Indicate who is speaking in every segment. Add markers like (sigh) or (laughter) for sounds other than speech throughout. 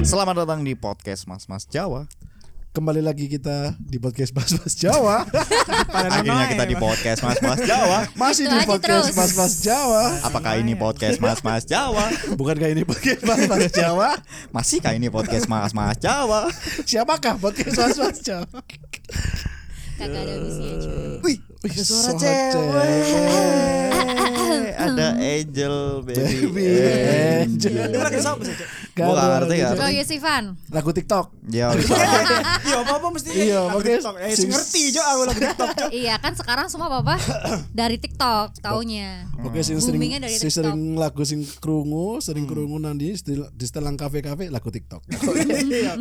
Speaker 1: Selamat datang di podcast Mas Mas Jawa.
Speaker 2: Kembali lagi kita di podcast Mas Mas
Speaker 3: (laughs)
Speaker 2: Jawa.
Speaker 1: (laughs) Akhirnya kita di podcast Mas Mas Jawa.
Speaker 2: Masih
Speaker 3: Itu
Speaker 2: di
Speaker 3: aja
Speaker 2: podcast
Speaker 3: terus.
Speaker 2: Mas Mas Jawa.
Speaker 1: Apakah ini podcast Mas Mas Jawa?
Speaker 2: Bukankah ini podcast Mas Mas Jawa?
Speaker 1: Masihkah ini podcast Mas Mas Jawa?
Speaker 2: Siapakah podcast Mas Mas Jawa?
Speaker 3: Kagak ada habisnya cuy.
Speaker 1: Wih, ada suara cewek. Ada Angel baby.
Speaker 2: Baby
Speaker 1: Angel.
Speaker 2: Angel.
Speaker 4: Ini lagi siapa sih? Cok?
Speaker 1: Gua gak ngerti, ya. gak
Speaker 3: Kalau Yusifan,
Speaker 2: Iya. Lagu TikTok.
Speaker 1: Ya, bisa.
Speaker 4: (laughs) Iya, apa-apa mesti
Speaker 2: Iya,
Speaker 4: lagu
Speaker 2: makanya
Speaker 4: TikTok. Eh,
Speaker 2: sing-
Speaker 4: ngerti Jo aku lagu TikTok. Jo.
Speaker 3: iya kan sekarang semua apa dari TikTok taunya.
Speaker 2: Oke, sing sering
Speaker 3: Boomingnya dari
Speaker 2: sing
Speaker 3: TikTok.
Speaker 2: sering lagu sing krungu, sering
Speaker 1: Hmm.
Speaker 2: krungu nanti di- di setelan kafe-kafe lagu
Speaker 1: (laughs)
Speaker 2: TikTok.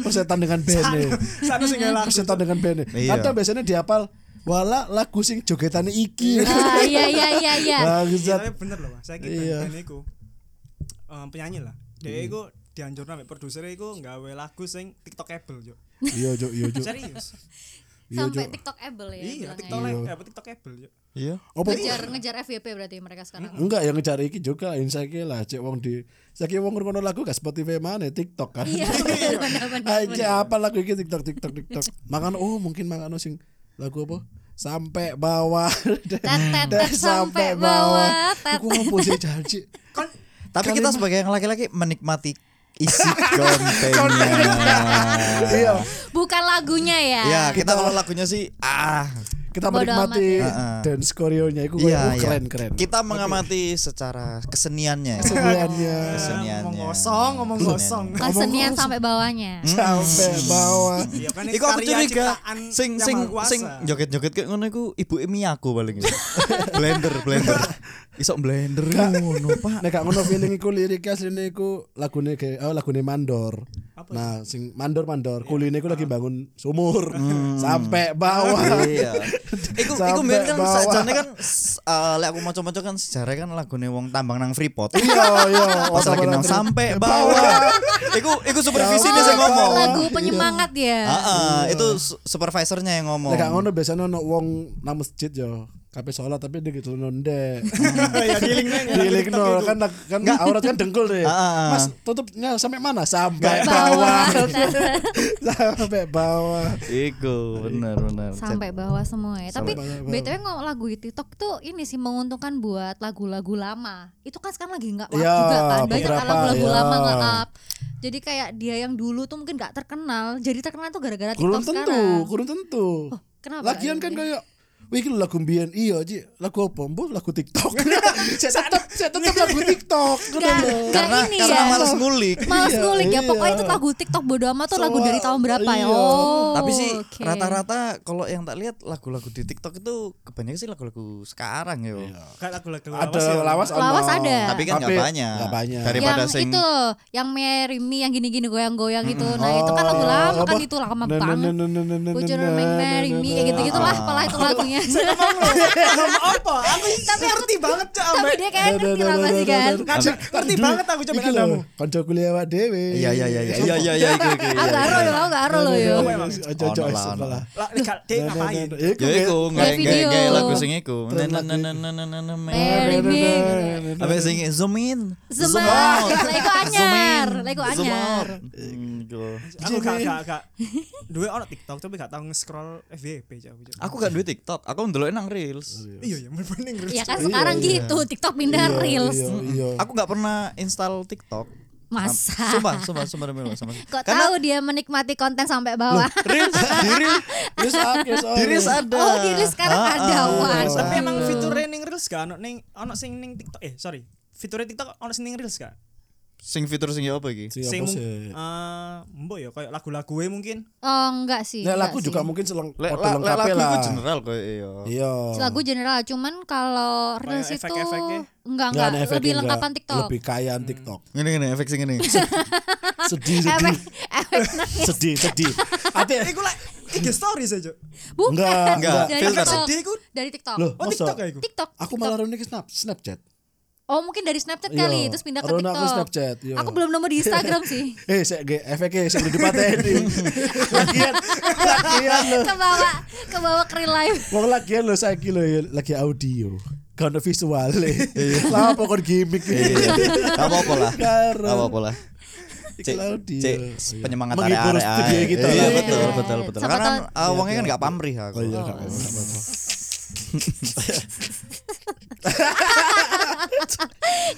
Speaker 2: Persetan dengan bene.
Speaker 4: Sana sing gak laku.
Speaker 2: Persetan dengan bene.
Speaker 1: Iya.
Speaker 2: Atau biasanya dihafal wala lagu sing jogetane iki.
Speaker 3: Ah, iya iya iya iya.
Speaker 4: Iya,
Speaker 2: Bangsat.
Speaker 4: tapi bener loh, Mas. Saya gitu.
Speaker 2: Iya.
Speaker 4: Dan iku em, eh, penyanyi lah. Dia iku dianjurna ambek produser iku nggawe lagu sing TikTokable, Jo.
Speaker 2: Iya, Jo, iya, Jo.
Speaker 4: Serius.
Speaker 3: Sampai TikTokable ya
Speaker 4: Iya, TikTok
Speaker 3: bilangnya.
Speaker 4: apa TikTokable, Jo.
Speaker 1: Iya.
Speaker 2: Apa
Speaker 3: Ngejar ngejar FYP berarti mereka sekarang.
Speaker 2: enggak yang ngejar iki juga insaiki lah cek wong di saiki wong ngono lagu gak Spotify mana TikTok kan. (laughs)
Speaker 3: (laughs) Iya benar benar benar.
Speaker 2: Aja apa lagu iki TikTok TikTok TikTok. Makan oh mungkin makan sing lagu apa? Sampai bawah. (laughs)
Speaker 3: Tetet,
Speaker 2: Dan
Speaker 3: tet, sampai bawah, tet.
Speaker 2: Aku ngopo sih
Speaker 3: (laughs)
Speaker 2: janji.
Speaker 4: Kon
Speaker 1: Tapi kita sebagai yang laki-laki menikmati isi kontennya.
Speaker 2: Iya,
Speaker 3: Bukan lagunya ya.
Speaker 1: Ya, kita kalau lagunya sih ah
Speaker 2: kita
Speaker 3: Bodo
Speaker 2: menikmati
Speaker 1: amat ya. Heeh.
Speaker 2: dance koreonya iku oh,
Speaker 1: Iya, iya.
Speaker 2: keren-keren.
Speaker 1: Kita mengamati secara keseniannya. ya. (laughs)
Speaker 2: Sebenarnya
Speaker 1: Keseniannya.
Speaker 4: ngomong kosong, ngomong kosong.
Speaker 3: Kesenian sampai bawahnya.
Speaker 2: sampai
Speaker 1: Hmm.
Speaker 2: bawah.
Speaker 4: Iya kan
Speaker 1: Iku aku
Speaker 4: karya
Speaker 1: curiga
Speaker 4: ciptaan
Speaker 1: sing
Speaker 4: yang
Speaker 1: sing
Speaker 4: Maha Kuasa.
Speaker 1: sing joget-joget kayak ngono iku ibuke Miyako paling. ya. (laughs) blender, blender. Iso blender ngono, Pak.
Speaker 2: Nek gak ngono feeling iku lirik asline iku lagune kayak oh lagune mandor. Nah, sing mandor mandor kuline iku lagi bangun sumur (laughs) sampai
Speaker 1: Hmm.
Speaker 2: bawah.
Speaker 1: Iya. Iku iku
Speaker 2: Sampai
Speaker 1: mbiyen kan
Speaker 2: bawah.
Speaker 1: sajane kan s- eh, lek aku maca-maca kan sejarah kan lagune wong tambang nang Freeport.
Speaker 2: (laughs) Iya, iya.
Speaker 1: Pas lagi nang Iya. Ya sampai bawah. Iku iku supervisi
Speaker 2: Sampai
Speaker 1: dia sing ngomong.
Speaker 3: Oh, Lagu penyemangat ya.
Speaker 1: Heeh, itu su- supervisornya yang ngomong.
Speaker 2: Nek gak ngono biasanya ono wong nang masjid yo. Kabeh sholat tapi dia gitu nonde.
Speaker 4: Iya, dealing-nya nggak
Speaker 2: Dilik
Speaker 4: TikTok
Speaker 2: no
Speaker 4: itu.
Speaker 2: kan kan aurat kan dengkul deh.
Speaker 1: Ah.
Speaker 2: Mas tutupnya sampai mana? Sampai
Speaker 1: (laughs)
Speaker 2: bawah.
Speaker 3: Bawah.
Speaker 2: (laughs) sampai bawah.
Speaker 1: Iku bener bener.
Speaker 3: sampai bawah semua ya. Tapi
Speaker 2: bawah, bawah.
Speaker 3: btw ngomong lagu di TikTok tuh ini sih menguntungkan buat lagu-lagu lama. Itu kan sekarang lagi nggak up
Speaker 2: Ya,
Speaker 3: juga kan banyak
Speaker 2: beberapa,
Speaker 3: lagu-lagu
Speaker 2: ya.
Speaker 3: lama nggak up. Jadi kayak dia yang dulu tuh mungkin nggak terkenal, jadi terkenal tuh gara-gara
Speaker 2: Kurang
Speaker 3: TikTok
Speaker 2: tentu,
Speaker 3: sekarang. Oh,
Speaker 2: kurang tentu.
Speaker 3: kenapa? Iya.
Speaker 2: Lagian kan kayak Wih, ini lagu mbiyen iya Ji. Lagu apa? Mbok lagu
Speaker 3: (laughs)
Speaker 2: TikTok. saya tetap saya tetap lagu TikTok.
Speaker 3: Gak,
Speaker 2: Kenapa?
Speaker 3: gak
Speaker 1: Karena
Speaker 3: ini
Speaker 1: karena
Speaker 3: ya.
Speaker 1: malas ngulik.
Speaker 3: Malas
Speaker 2: Iya,
Speaker 3: ngulik ya. Pokoknya
Speaker 2: iya.
Speaker 3: itu lagu TikTok bodo amat tuh lagu dari tahun berapa ya.
Speaker 2: Iya.
Speaker 3: Oh.
Speaker 1: Tapi sih
Speaker 3: oke.
Speaker 1: rata-rata kalau yang tak lihat lagu-lagu di TikTok itu kebanyakan sih lagu-lagu sekarang ya.
Speaker 4: Kan aku lagu
Speaker 2: Ada
Speaker 4: lawas ya.
Speaker 2: lawas,
Speaker 3: Lawas
Speaker 2: ono.
Speaker 3: ada.
Speaker 1: Tapi kan nggak banyak.
Speaker 2: nggak banyak.
Speaker 1: Dari-
Speaker 3: yang
Speaker 1: daripada sing- Hmm.
Speaker 3: itu yang Mary Me yang gini-gini goyang-goyang itu. Nah, itu kan lagu
Speaker 2: Oh,
Speaker 1: iya.
Speaker 3: lama kan
Speaker 2: apa? nah,
Speaker 3: itu lama
Speaker 2: Na- na-
Speaker 3: banget.
Speaker 2: na- na- na- na-
Speaker 3: Would you
Speaker 2: na-
Speaker 3: remain
Speaker 2: na-
Speaker 3: marry
Speaker 2: na-
Speaker 3: me
Speaker 2: na-
Speaker 3: kayak gitu gitulah
Speaker 1: Ah.
Speaker 3: apalah itu
Speaker 2: (laughs)
Speaker 3: lagunya
Speaker 4: Ngomong (laughs) apa? Aku tapi ngerti banget Cok,
Speaker 3: (laughs) tapi
Speaker 4: ambek-
Speaker 3: dia kayak
Speaker 2: na- na-
Speaker 3: ngerti
Speaker 2: na-
Speaker 3: lah
Speaker 2: na- na-
Speaker 3: pasti
Speaker 2: na-
Speaker 3: kan
Speaker 2: na-
Speaker 4: Ngerti- ngerti banget aku coba
Speaker 2: Iki lho,
Speaker 4: nadamu.
Speaker 2: konco kuliah awak dhewe.
Speaker 1: Iya iya iya iya iya iya iya iku, iku,
Speaker 3: ah
Speaker 1: iya,
Speaker 3: gak aro
Speaker 1: iya.
Speaker 3: loh aku gak
Speaker 2: Nah,
Speaker 3: aro loh yo
Speaker 2: iya,
Speaker 4: Apa emang?
Speaker 2: Ojo
Speaker 1: Ono
Speaker 2: ojo
Speaker 1: lah,
Speaker 2: esok
Speaker 1: ono.
Speaker 2: lah. Iya,
Speaker 4: Lah, legal deh
Speaker 2: Nah,
Speaker 4: ngapain?
Speaker 1: Ya iku nggak
Speaker 3: Kayak
Speaker 1: nggak
Speaker 3: video.
Speaker 1: nggak lagu sing iku. Na- na- na- na- na- na- na- na- na-
Speaker 2: iya.
Speaker 3: Marry me
Speaker 1: Apa sing zoom in?
Speaker 3: Zoom (laughs) out. Lah, iku anyar. Lah, iku
Speaker 1: Zoom
Speaker 3: anyar.
Speaker 1: out. Hmm, iku.
Speaker 4: Aku gak gak gak. Duwe ono TikTok tapi gak tau nge-scroll FYP Cok, aku, Cok.
Speaker 1: Aku gak duwe TikTok, aku ndelok nang Reels.
Speaker 4: Iya, iya, mending
Speaker 3: ya kan sekarang gitu TikTok pindah reels
Speaker 2: nah. Iya,
Speaker 3: (laughs)
Speaker 2: iya.
Speaker 1: Aku gak pernah install TikTok.
Speaker 3: masa
Speaker 1: Sumpah, sumpah, sumpah demi Allah,
Speaker 3: (laughs)
Speaker 1: sumpah.
Speaker 3: kok
Speaker 1: Karena
Speaker 3: tahu dia menikmati konten sampai (laughs) bawah
Speaker 1: Reels, di Reels,
Speaker 2: Wis akeh
Speaker 1: di Reels
Speaker 2: soalnya.
Speaker 1: ada.
Speaker 3: oh diri sekarang
Speaker 1: Ah,
Speaker 3: ada
Speaker 1: ah.
Speaker 3: waduh.
Speaker 4: Tapi emang
Speaker 2: Oh.
Speaker 4: fitur e ning Reels gak ono ning ono sing ning TikTok eh sorry. Fitur TikTok ono sing ning Reels gak?
Speaker 1: Sing fitur sing ya apa iki?
Speaker 2: Sing Iya, apa
Speaker 4: Sing mung-
Speaker 2: sih?
Speaker 4: eh, mbok ya kayak lagu-lagu mungkin.
Speaker 3: oh enggak sih
Speaker 2: Nah,
Speaker 3: enggak
Speaker 2: lagu
Speaker 3: sih.
Speaker 2: juga mungkin seleng
Speaker 1: Lek lek
Speaker 2: padha lengkap
Speaker 1: lagu
Speaker 2: lah.
Speaker 1: iku general kok iya.
Speaker 2: Iya.
Speaker 3: lagu general cuman kalau reels itu
Speaker 4: efek-efeknya.
Speaker 3: enggak
Speaker 2: Nggak
Speaker 3: enggak
Speaker 2: ada efeknya,
Speaker 3: lebih
Speaker 2: nggak.
Speaker 3: lengkapan TikTok
Speaker 2: Lebih kayaan TikTok.
Speaker 1: Ngene ngene efek sing
Speaker 2: (laughs)
Speaker 1: ngene.
Speaker 2: Iya, Sedih, sedih,
Speaker 3: Hmm. efek efek
Speaker 2: Eh,
Speaker 3: nangis
Speaker 2: sedih, sedih. Ate
Speaker 4: Iku lek IG stories aja.
Speaker 3: bukan
Speaker 2: Enggak, enggak.
Speaker 3: dari
Speaker 1: Filter.
Speaker 3: TikTok
Speaker 4: Sedih iku.
Speaker 3: dari TikTok
Speaker 2: loh,
Speaker 4: Oh,
Speaker 2: masa?
Speaker 4: TikTok ya iku.
Speaker 3: TikTok
Speaker 2: Aku
Speaker 3: TikTok.
Speaker 2: malah rone ke snap, Snapchat.
Speaker 3: Oh mungkin dari Snapchat
Speaker 2: Iya.
Speaker 3: kali terus pindah ke
Speaker 2: Rona
Speaker 3: TikTok.
Speaker 2: aku Snapchat, iya.
Speaker 3: Aku belum nemu di Instagram
Speaker 2: (laughs)
Speaker 3: sih.
Speaker 2: Eh, saya ge efeknya saya udah
Speaker 3: (laughs)
Speaker 2: dipateni. Lagian, lagian loh.
Speaker 3: ke bawah ke bawah ke real life.
Speaker 2: Wong lagian loh saya kilo lagi audio. Kan visual. Lah apa kon gimmick
Speaker 1: Iya,
Speaker 2: ini?
Speaker 1: Gak apa-apa lah. Gak
Speaker 2: Karo.
Speaker 1: apa-apa lah.
Speaker 2: Iku Laudio.
Speaker 1: cek
Speaker 2: Oh, iya.
Speaker 1: penyemangat
Speaker 2: Menghibur
Speaker 1: area
Speaker 2: studio gitu
Speaker 1: Iya,
Speaker 2: lah.
Speaker 1: betul,
Speaker 3: Iya.
Speaker 1: betul, betul.
Speaker 3: Siapa
Speaker 1: Karena
Speaker 3: tahu-
Speaker 1: ah, uangnya kan gak pamrih aku.
Speaker 2: Oh iya, gak apa-apa, gak apa-apa.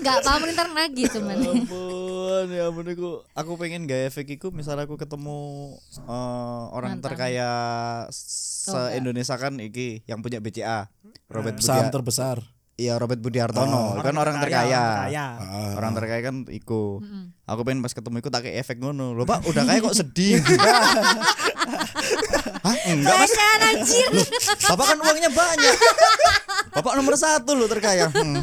Speaker 3: Enggak paham ntar gitu, nagih cuman.
Speaker 1: Ya ampun ya ampun aku aku pengen gaya fake iku misal aku ketemu eh, orang
Speaker 3: Mantan. Oh,
Speaker 1: terkaya se Indonesia kan iki yang punya BCA Robert
Speaker 2: Pesan
Speaker 1: Budia,
Speaker 2: terbesar.
Speaker 1: iya Robert Budiartono kan orang terkaya,
Speaker 4: terkaya.
Speaker 2: Ah.
Speaker 1: orang terkaya kan iku aku pengen pas ketemu iku tak kayak efek ngono loh pak udah kayak kok (laughs) sedih Hah, enggak mas
Speaker 3: Kan anjir.
Speaker 1: Loh, bapak kan uangnya banyak bapak nomor satu loh terkaya Hmm.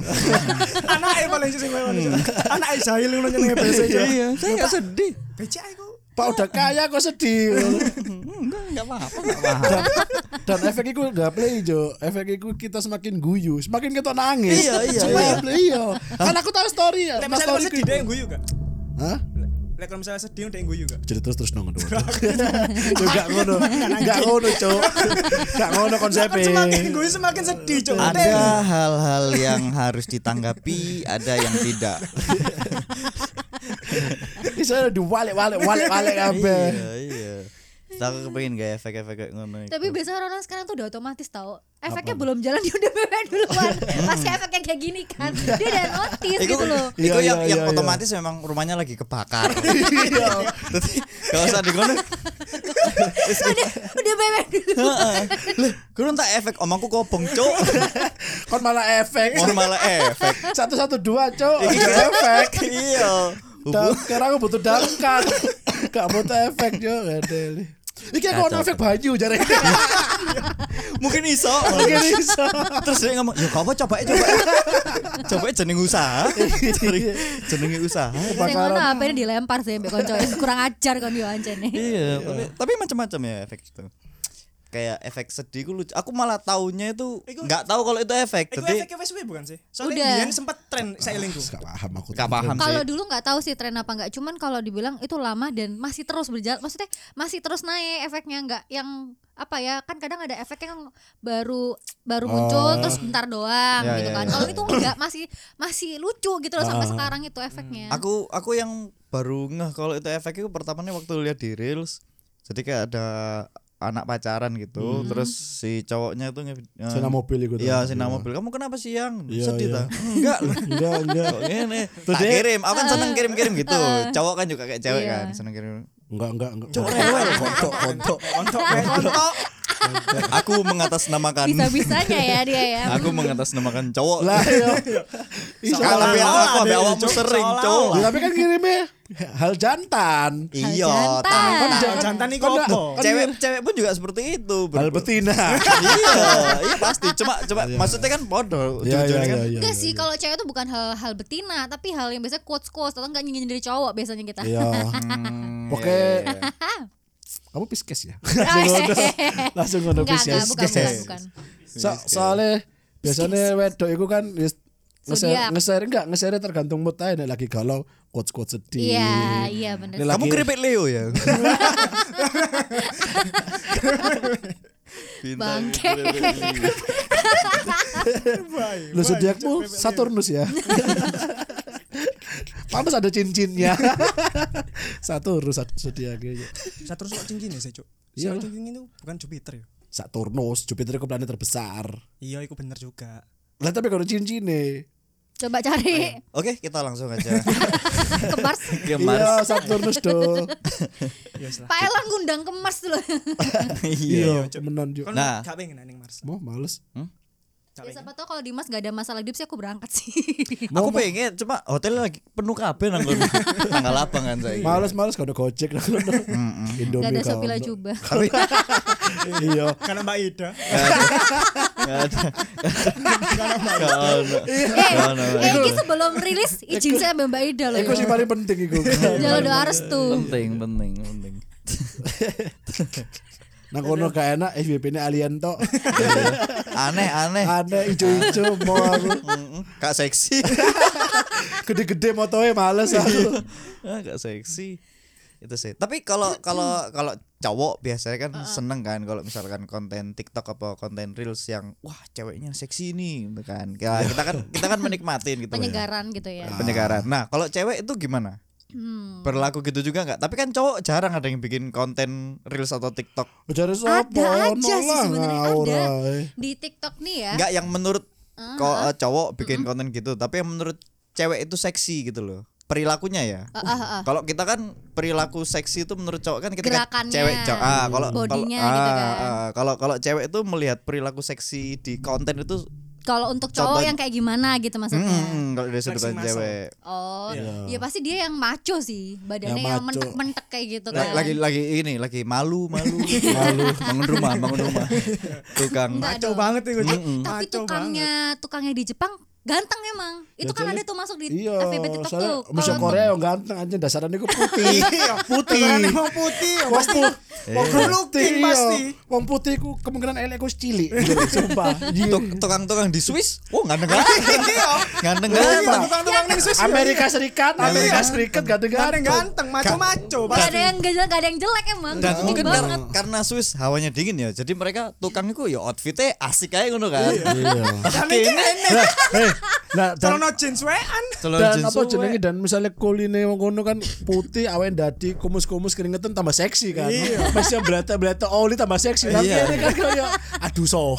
Speaker 4: Anaknya paling sing ngono.
Speaker 2: (laughs)
Speaker 4: Anake jahil ngono nyenenge BC.
Speaker 1: iya saya nggak sedih
Speaker 4: BCA iku
Speaker 2: Pak udah kaya kok sedih.
Speaker 3: (laughs)
Speaker 1: enggak enggak apa-apa enggak apa-apa
Speaker 2: dan, dan efek iku udah play jo. Efek iku kita semakin guyu, semakin kita nangis.
Speaker 1: Iya, iya,
Speaker 2: Supaya
Speaker 1: iya.
Speaker 2: play iya. Kan aku tahu story ya.
Speaker 4: lek
Speaker 2: Mas
Speaker 4: misalnya
Speaker 2: story
Speaker 4: sedih
Speaker 2: ku-
Speaker 4: dia yang guyu gak?
Speaker 2: Hah?
Speaker 4: Lek kalau misalnya sedih dia yang guyu gak?
Speaker 2: Jadi terus terus nongol dong. (laughs) Enggak ngono, enggak ngono, Cok. Enggak ngono
Speaker 4: Kan semakin
Speaker 2: konsepnya.
Speaker 4: guyu semakin sedih, Cuk.
Speaker 1: ada hal-hal yang harus ditanggapi, ada yang tidak.
Speaker 2: Bisa diwalek-walek, walek-walek kabeh.
Speaker 1: iya. Aku kepengen gak efek-efek kayak ngono.
Speaker 3: Tapi biasanya orang-orang sekarang tuh udah otomatis tau Efeknya belum jalan (laughs) dia udah bebek
Speaker 2: (laughs)
Speaker 3: duluan Pas efeknya kayak gini kan Dia udah notice
Speaker 1: Iku,
Speaker 3: gitu loh
Speaker 1: iku
Speaker 2: Iya,
Speaker 1: yang,
Speaker 2: iya,
Speaker 1: yang
Speaker 2: iya.
Speaker 1: otomatis memang rumahnya lagi
Speaker 2: (laughs)
Speaker 1: kebakar. Jadi gak usah di ngono.
Speaker 3: Udah, udah bebek dulu
Speaker 1: Heeh. Lah, kurang tak efek omongku kobong, Cuk.
Speaker 2: Kon malah efek.
Speaker 1: Mau malah efek.
Speaker 2: Satu satu dua, Cok.
Speaker 1: Iki
Speaker 2: Ada efek.
Speaker 1: Iya.
Speaker 2: Dan sekarang aku butuh dangkat. Gak butuh efek, Cok. Ngedel. Iki aku ono efek baju jare.
Speaker 1: Mungkin iso.
Speaker 2: Mungkin iso.
Speaker 1: Terus dia ngomong, "Ya kamu coba coba." (laughs) coba jeneng usaha.
Speaker 2: Iya.
Speaker 1: Jeneng- Jenenge usaha.
Speaker 3: Saya ngono apa ini dilempar sih Mbak Konco Kurang ajar kan yo anjen nih
Speaker 1: Iya, tapi, tapi macam-macam ya efek itu. Kayak efek sedih gue lucu. Aku malah taunya itu
Speaker 4: Iku-
Speaker 1: nggak tahu kalau itu efek.
Speaker 4: Iku
Speaker 1: Jadi
Speaker 4: efeknya wis suwe bukan sih?
Speaker 3: Udah. Ah.
Speaker 4: Soalnya biyen sempat tren sailingku.
Speaker 2: Gak paham aku.
Speaker 1: nggak paham
Speaker 3: Kalau
Speaker 1: sih.
Speaker 3: dulu nggak tahu sih tren apa nggak, cuman kalau dibilang itu lama dan masih terus berjalan, maksudnya masih terus naik efeknya nggak yang apa ya kan kadang ada efek yang baru baru muncul terus bentar doang
Speaker 1: Oh. Ya,
Speaker 3: gitu
Speaker 1: ya,
Speaker 3: kan.
Speaker 1: ya,
Speaker 3: Kalau
Speaker 1: ya.
Speaker 3: itu nggak masih masih lucu gitu loh sampai sekarang itu efeknya.
Speaker 1: Aku aku yang baru ngeh kalau itu efek itu pertamanya waktu lihat di reels. Jadi kayak ada anak pacaran gitu, terus si cowoknya tuh nge- eh,
Speaker 2: Sena Hmm. Kan. mobil iku.
Speaker 1: Iya, sinar mobil. Kamu kenapa siang?
Speaker 2: Iya,
Speaker 1: Sedih ta?
Speaker 2: iya.
Speaker 1: Enggak loh.
Speaker 2: Enggak, enggak.
Speaker 1: Kok Ngene.
Speaker 2: Tuh
Speaker 1: Tak
Speaker 2: dia-
Speaker 1: kirim. Aku kan seneng kirim-kirim gitu. Cowok kan juga kayak cewek
Speaker 3: Iya.
Speaker 1: kan, seneng kirim.
Speaker 2: Enggak, enggak, enggak.
Speaker 1: Cok (laughs) rewel, kontok, kontok.
Speaker 4: Untuk untuk
Speaker 1: Aku mengatasnamakan
Speaker 3: Bisa-bisanya ya dia ya.
Speaker 1: kan (laughs) aku kan mengatasnamakan cowok
Speaker 2: (laughs) Lah iya. yo. Iso
Speaker 1: Kalau
Speaker 2: lah.
Speaker 1: biar aku ambil awakmu
Speaker 4: Cok,
Speaker 1: sering
Speaker 4: seolah-olah.
Speaker 1: cowok
Speaker 2: Ya, tapi kan ngirimnya hal jantan.
Speaker 1: Iya
Speaker 3: Jantan.
Speaker 1: tak.
Speaker 3: Kan
Speaker 4: Kalau jantan iku
Speaker 2: Kan-
Speaker 4: apa?
Speaker 2: kan-
Speaker 1: Cewek cewek pun juga seperti itu Bro.
Speaker 2: Hal betina.
Speaker 1: Iya (laughs) iya pasti Cuma coba maksudnya kan
Speaker 2: (laughs)
Speaker 1: podo
Speaker 2: Iya, iya,
Speaker 1: Jujurnya kan
Speaker 2: iya, iya.
Speaker 3: Enggak sih kalau cewek itu bukan hal-hal betina tapi hal yang biasanya quotes quotes atau enggak nyindir dari cowok biasanya kita.
Speaker 2: Iya. Oke. iya. Kamu piskes (laughs) ya? Langsung ngono. Langsung ngono
Speaker 3: Enggak, enggak,
Speaker 2: piskes.
Speaker 3: bukan, bukan, bukan.
Speaker 2: So, soalnya biasanya wedok itu kan wis
Speaker 3: Zodiak.
Speaker 2: ngeser ngeser enggak ngeser tergantung mood aja nek lagi galau quotes quotes sedih.
Speaker 3: Iya, iya benar.
Speaker 2: Ini
Speaker 1: Kamu
Speaker 2: lagi-
Speaker 1: keripik Leo
Speaker 2: (laughs)
Speaker 1: ya
Speaker 3: Bangke.
Speaker 2: Lu zodiakmu Saturnus ya. Pantas ada ya. cincinnya. Saturnus sat- zodiaknya.
Speaker 4: Satu terus kok cinggine sih, Cuk.
Speaker 2: Iya lah.
Speaker 4: Iya, cinggine itu bukan Jupiter ya.
Speaker 2: Saturnus Jupiter itu planet terbesar.
Speaker 4: Iya, iku bener juga.
Speaker 2: Lah tapi kalau
Speaker 1: Iya,
Speaker 2: cincinnya
Speaker 3: Coba cari
Speaker 1: Oke kita langsung aja
Speaker 3: (laughs) kemars.
Speaker 1: Kemar
Speaker 2: Iya Saturnus do.
Speaker 4: Iya, salah.
Speaker 3: Pak Elang ngundang kemars loh.
Speaker 1: (laughs) Iya
Speaker 2: Iya menon juga.
Speaker 4: Kan
Speaker 1: Nah.
Speaker 4: gak pengen nang Mars.
Speaker 2: Mau males.
Speaker 4: Gak
Speaker 3: Ya,
Speaker 4: pengen.
Speaker 3: siapa tau kalau Dimas gak ada masalah dip sih aku berangkat sih. (laughs)
Speaker 1: Aku pengen cuma hotelnya lagi penuh kabeh nang kono. Tanggal lapang kan saya. (laughs)
Speaker 2: Males males gak ada Gojek (laughs) nang kono.
Speaker 3: gak
Speaker 2: Indomie
Speaker 3: ada
Speaker 2: gak
Speaker 3: Shopee
Speaker 2: ono.
Speaker 3: Lajuba.
Speaker 1: Tapi
Speaker 2: Iya.
Speaker 4: Oh, Karena Mbak Ida.
Speaker 3: Ya,
Speaker 1: Gak ada. Gak ada.
Speaker 3: eh,
Speaker 1: Gak ada.
Speaker 3: eh, ini sebelum rilis izin saya sama Mbak Ida loh.
Speaker 2: Iku sih paling penting
Speaker 3: (laughs)
Speaker 2: iku.
Speaker 3: Jalur doa restu.
Speaker 1: Penting penting penting.
Speaker 2: Nang kono gak enak FYP ini alien
Speaker 3: (laughs)
Speaker 2: tok. Iya.
Speaker 1: Aneh aneh.
Speaker 2: Aneh ijo-ijo mau aku.
Speaker 1: Mm-mm, Kak seksi.
Speaker 2: Gede-gede motoe males
Speaker 3: Iya.
Speaker 2: aku.
Speaker 1: Ah, Kak seksi. Itu sih. Tapi kalau kalau kalau cowok biasanya kan seneng kan kalau misalkan konten TikTok apa konten Reels yang wah ceweknya seksi nih gitu kan. Ya, kita kan kita kan menikmatin gitu.
Speaker 3: Penyegaran gitu ya.
Speaker 1: Penyegaran. Nah, kalau cewek itu gimana?
Speaker 3: Hmm.
Speaker 1: berlaku gitu juga nggak tapi kan cowok jarang ada yang bikin konten reels atau tiktok
Speaker 2: Bicara
Speaker 3: Ada
Speaker 2: sopo,
Speaker 3: aja sih
Speaker 2: nolak,
Speaker 3: sebenarnya ada.
Speaker 2: ngawurai.
Speaker 3: Di TikTok nih ya. Ah,
Speaker 1: nggak yang menurut ko- cowok bikin konten gitu tapi yang menurut cewek itu seksi gitu loh perilakunya ya
Speaker 3: Ah, ah, ah.
Speaker 1: kalau kita kan perilaku seksi itu menurut cowok kan ketika
Speaker 3: Gerakannya,
Speaker 1: cewek cowok ah kalau kalau-
Speaker 3: bodinya
Speaker 1: ah,
Speaker 3: gitu kan.
Speaker 1: ah, kalau kalau cewek itu melihat perilaku seksi di konten itu
Speaker 3: Kalau untuk cowok
Speaker 1: Contoh-
Speaker 3: yang kayak gimana gitu maksudnya.
Speaker 1: hmm, kalau dari sudut
Speaker 4: Flexing
Speaker 1: pandang
Speaker 4: muscle.
Speaker 1: cewek
Speaker 3: Oh, ya pasti dia yang maco sih,
Speaker 2: Yang
Speaker 3: badannya yang
Speaker 2: maco.
Speaker 3: mentek-mentek kayak gitu
Speaker 1: La-
Speaker 3: kan.
Speaker 1: lagi lagi ini lagi malu
Speaker 3: (laughs)
Speaker 1: malu malu bangun rumah bangun rumah tukang
Speaker 3: Enggak
Speaker 4: Maco
Speaker 3: dong.
Speaker 4: banget itu.
Speaker 1: Mm-mm.
Speaker 4: Cuk.
Speaker 3: Eh, Tapi
Speaker 4: Maco
Speaker 3: tukangnya tukangnya di Jepang ganteng emang. Itu
Speaker 2: Ya,
Speaker 3: kan ada
Speaker 2: jelas.
Speaker 3: tuh masuk di
Speaker 2: Iya,
Speaker 3: FYP TikTok
Speaker 2: soalnya
Speaker 3: tuh.
Speaker 2: musuh
Speaker 3: Kalau
Speaker 2: Korea yang ganteng aja dasarannya gue
Speaker 3: (laughs)
Speaker 2: putih.
Speaker 4: Iya,
Speaker 2: putih.
Speaker 4: Temenan emang putih ya,
Speaker 2: Wong
Speaker 4: pasti.
Speaker 2: pu- wong
Speaker 4: Good looking
Speaker 2: iya.
Speaker 4: pasti.
Speaker 2: Wong putih ku kemungkinan elek ku cilik. Sumpah. Iya.
Speaker 1: tukang tukang di Swiss oh ganteng
Speaker 3: (laughs)
Speaker 1: ganteng
Speaker 3: Iya.
Speaker 1: ganteng ganteng
Speaker 4: Tukang-tukang ning Swiss. ya.
Speaker 2: Amerika Serikat, Amerika
Speaker 4: Iya.
Speaker 2: Serikat ganteng-ganteng.
Speaker 4: ganteng-ganteng, maco-maco.
Speaker 3: Gak ada yang gak, ada yang jelek emang.
Speaker 1: dan
Speaker 3: Ganteng
Speaker 1: mungkin
Speaker 3: banget.
Speaker 1: karena, karena Swiss hawanya dingin ya jadi mereka tukang itu ya outfitnya asik aja ngono kan
Speaker 2: Iya.
Speaker 4: Tapi ini
Speaker 2: Nah, eh, nah, dan,
Speaker 4: celana jeans wean.
Speaker 1: Celana
Speaker 2: dan
Speaker 1: jeans
Speaker 2: apa
Speaker 1: suwe.
Speaker 2: jenenge dan misalnya kuline wong kono kan putih awen dadi kumus-kumus keringetan tambah seksi kan.
Speaker 4: Iya.
Speaker 2: Masih belata-belata oli tambah seksi. Tapi
Speaker 1: Iya.
Speaker 2: ini kan kaya aduh so.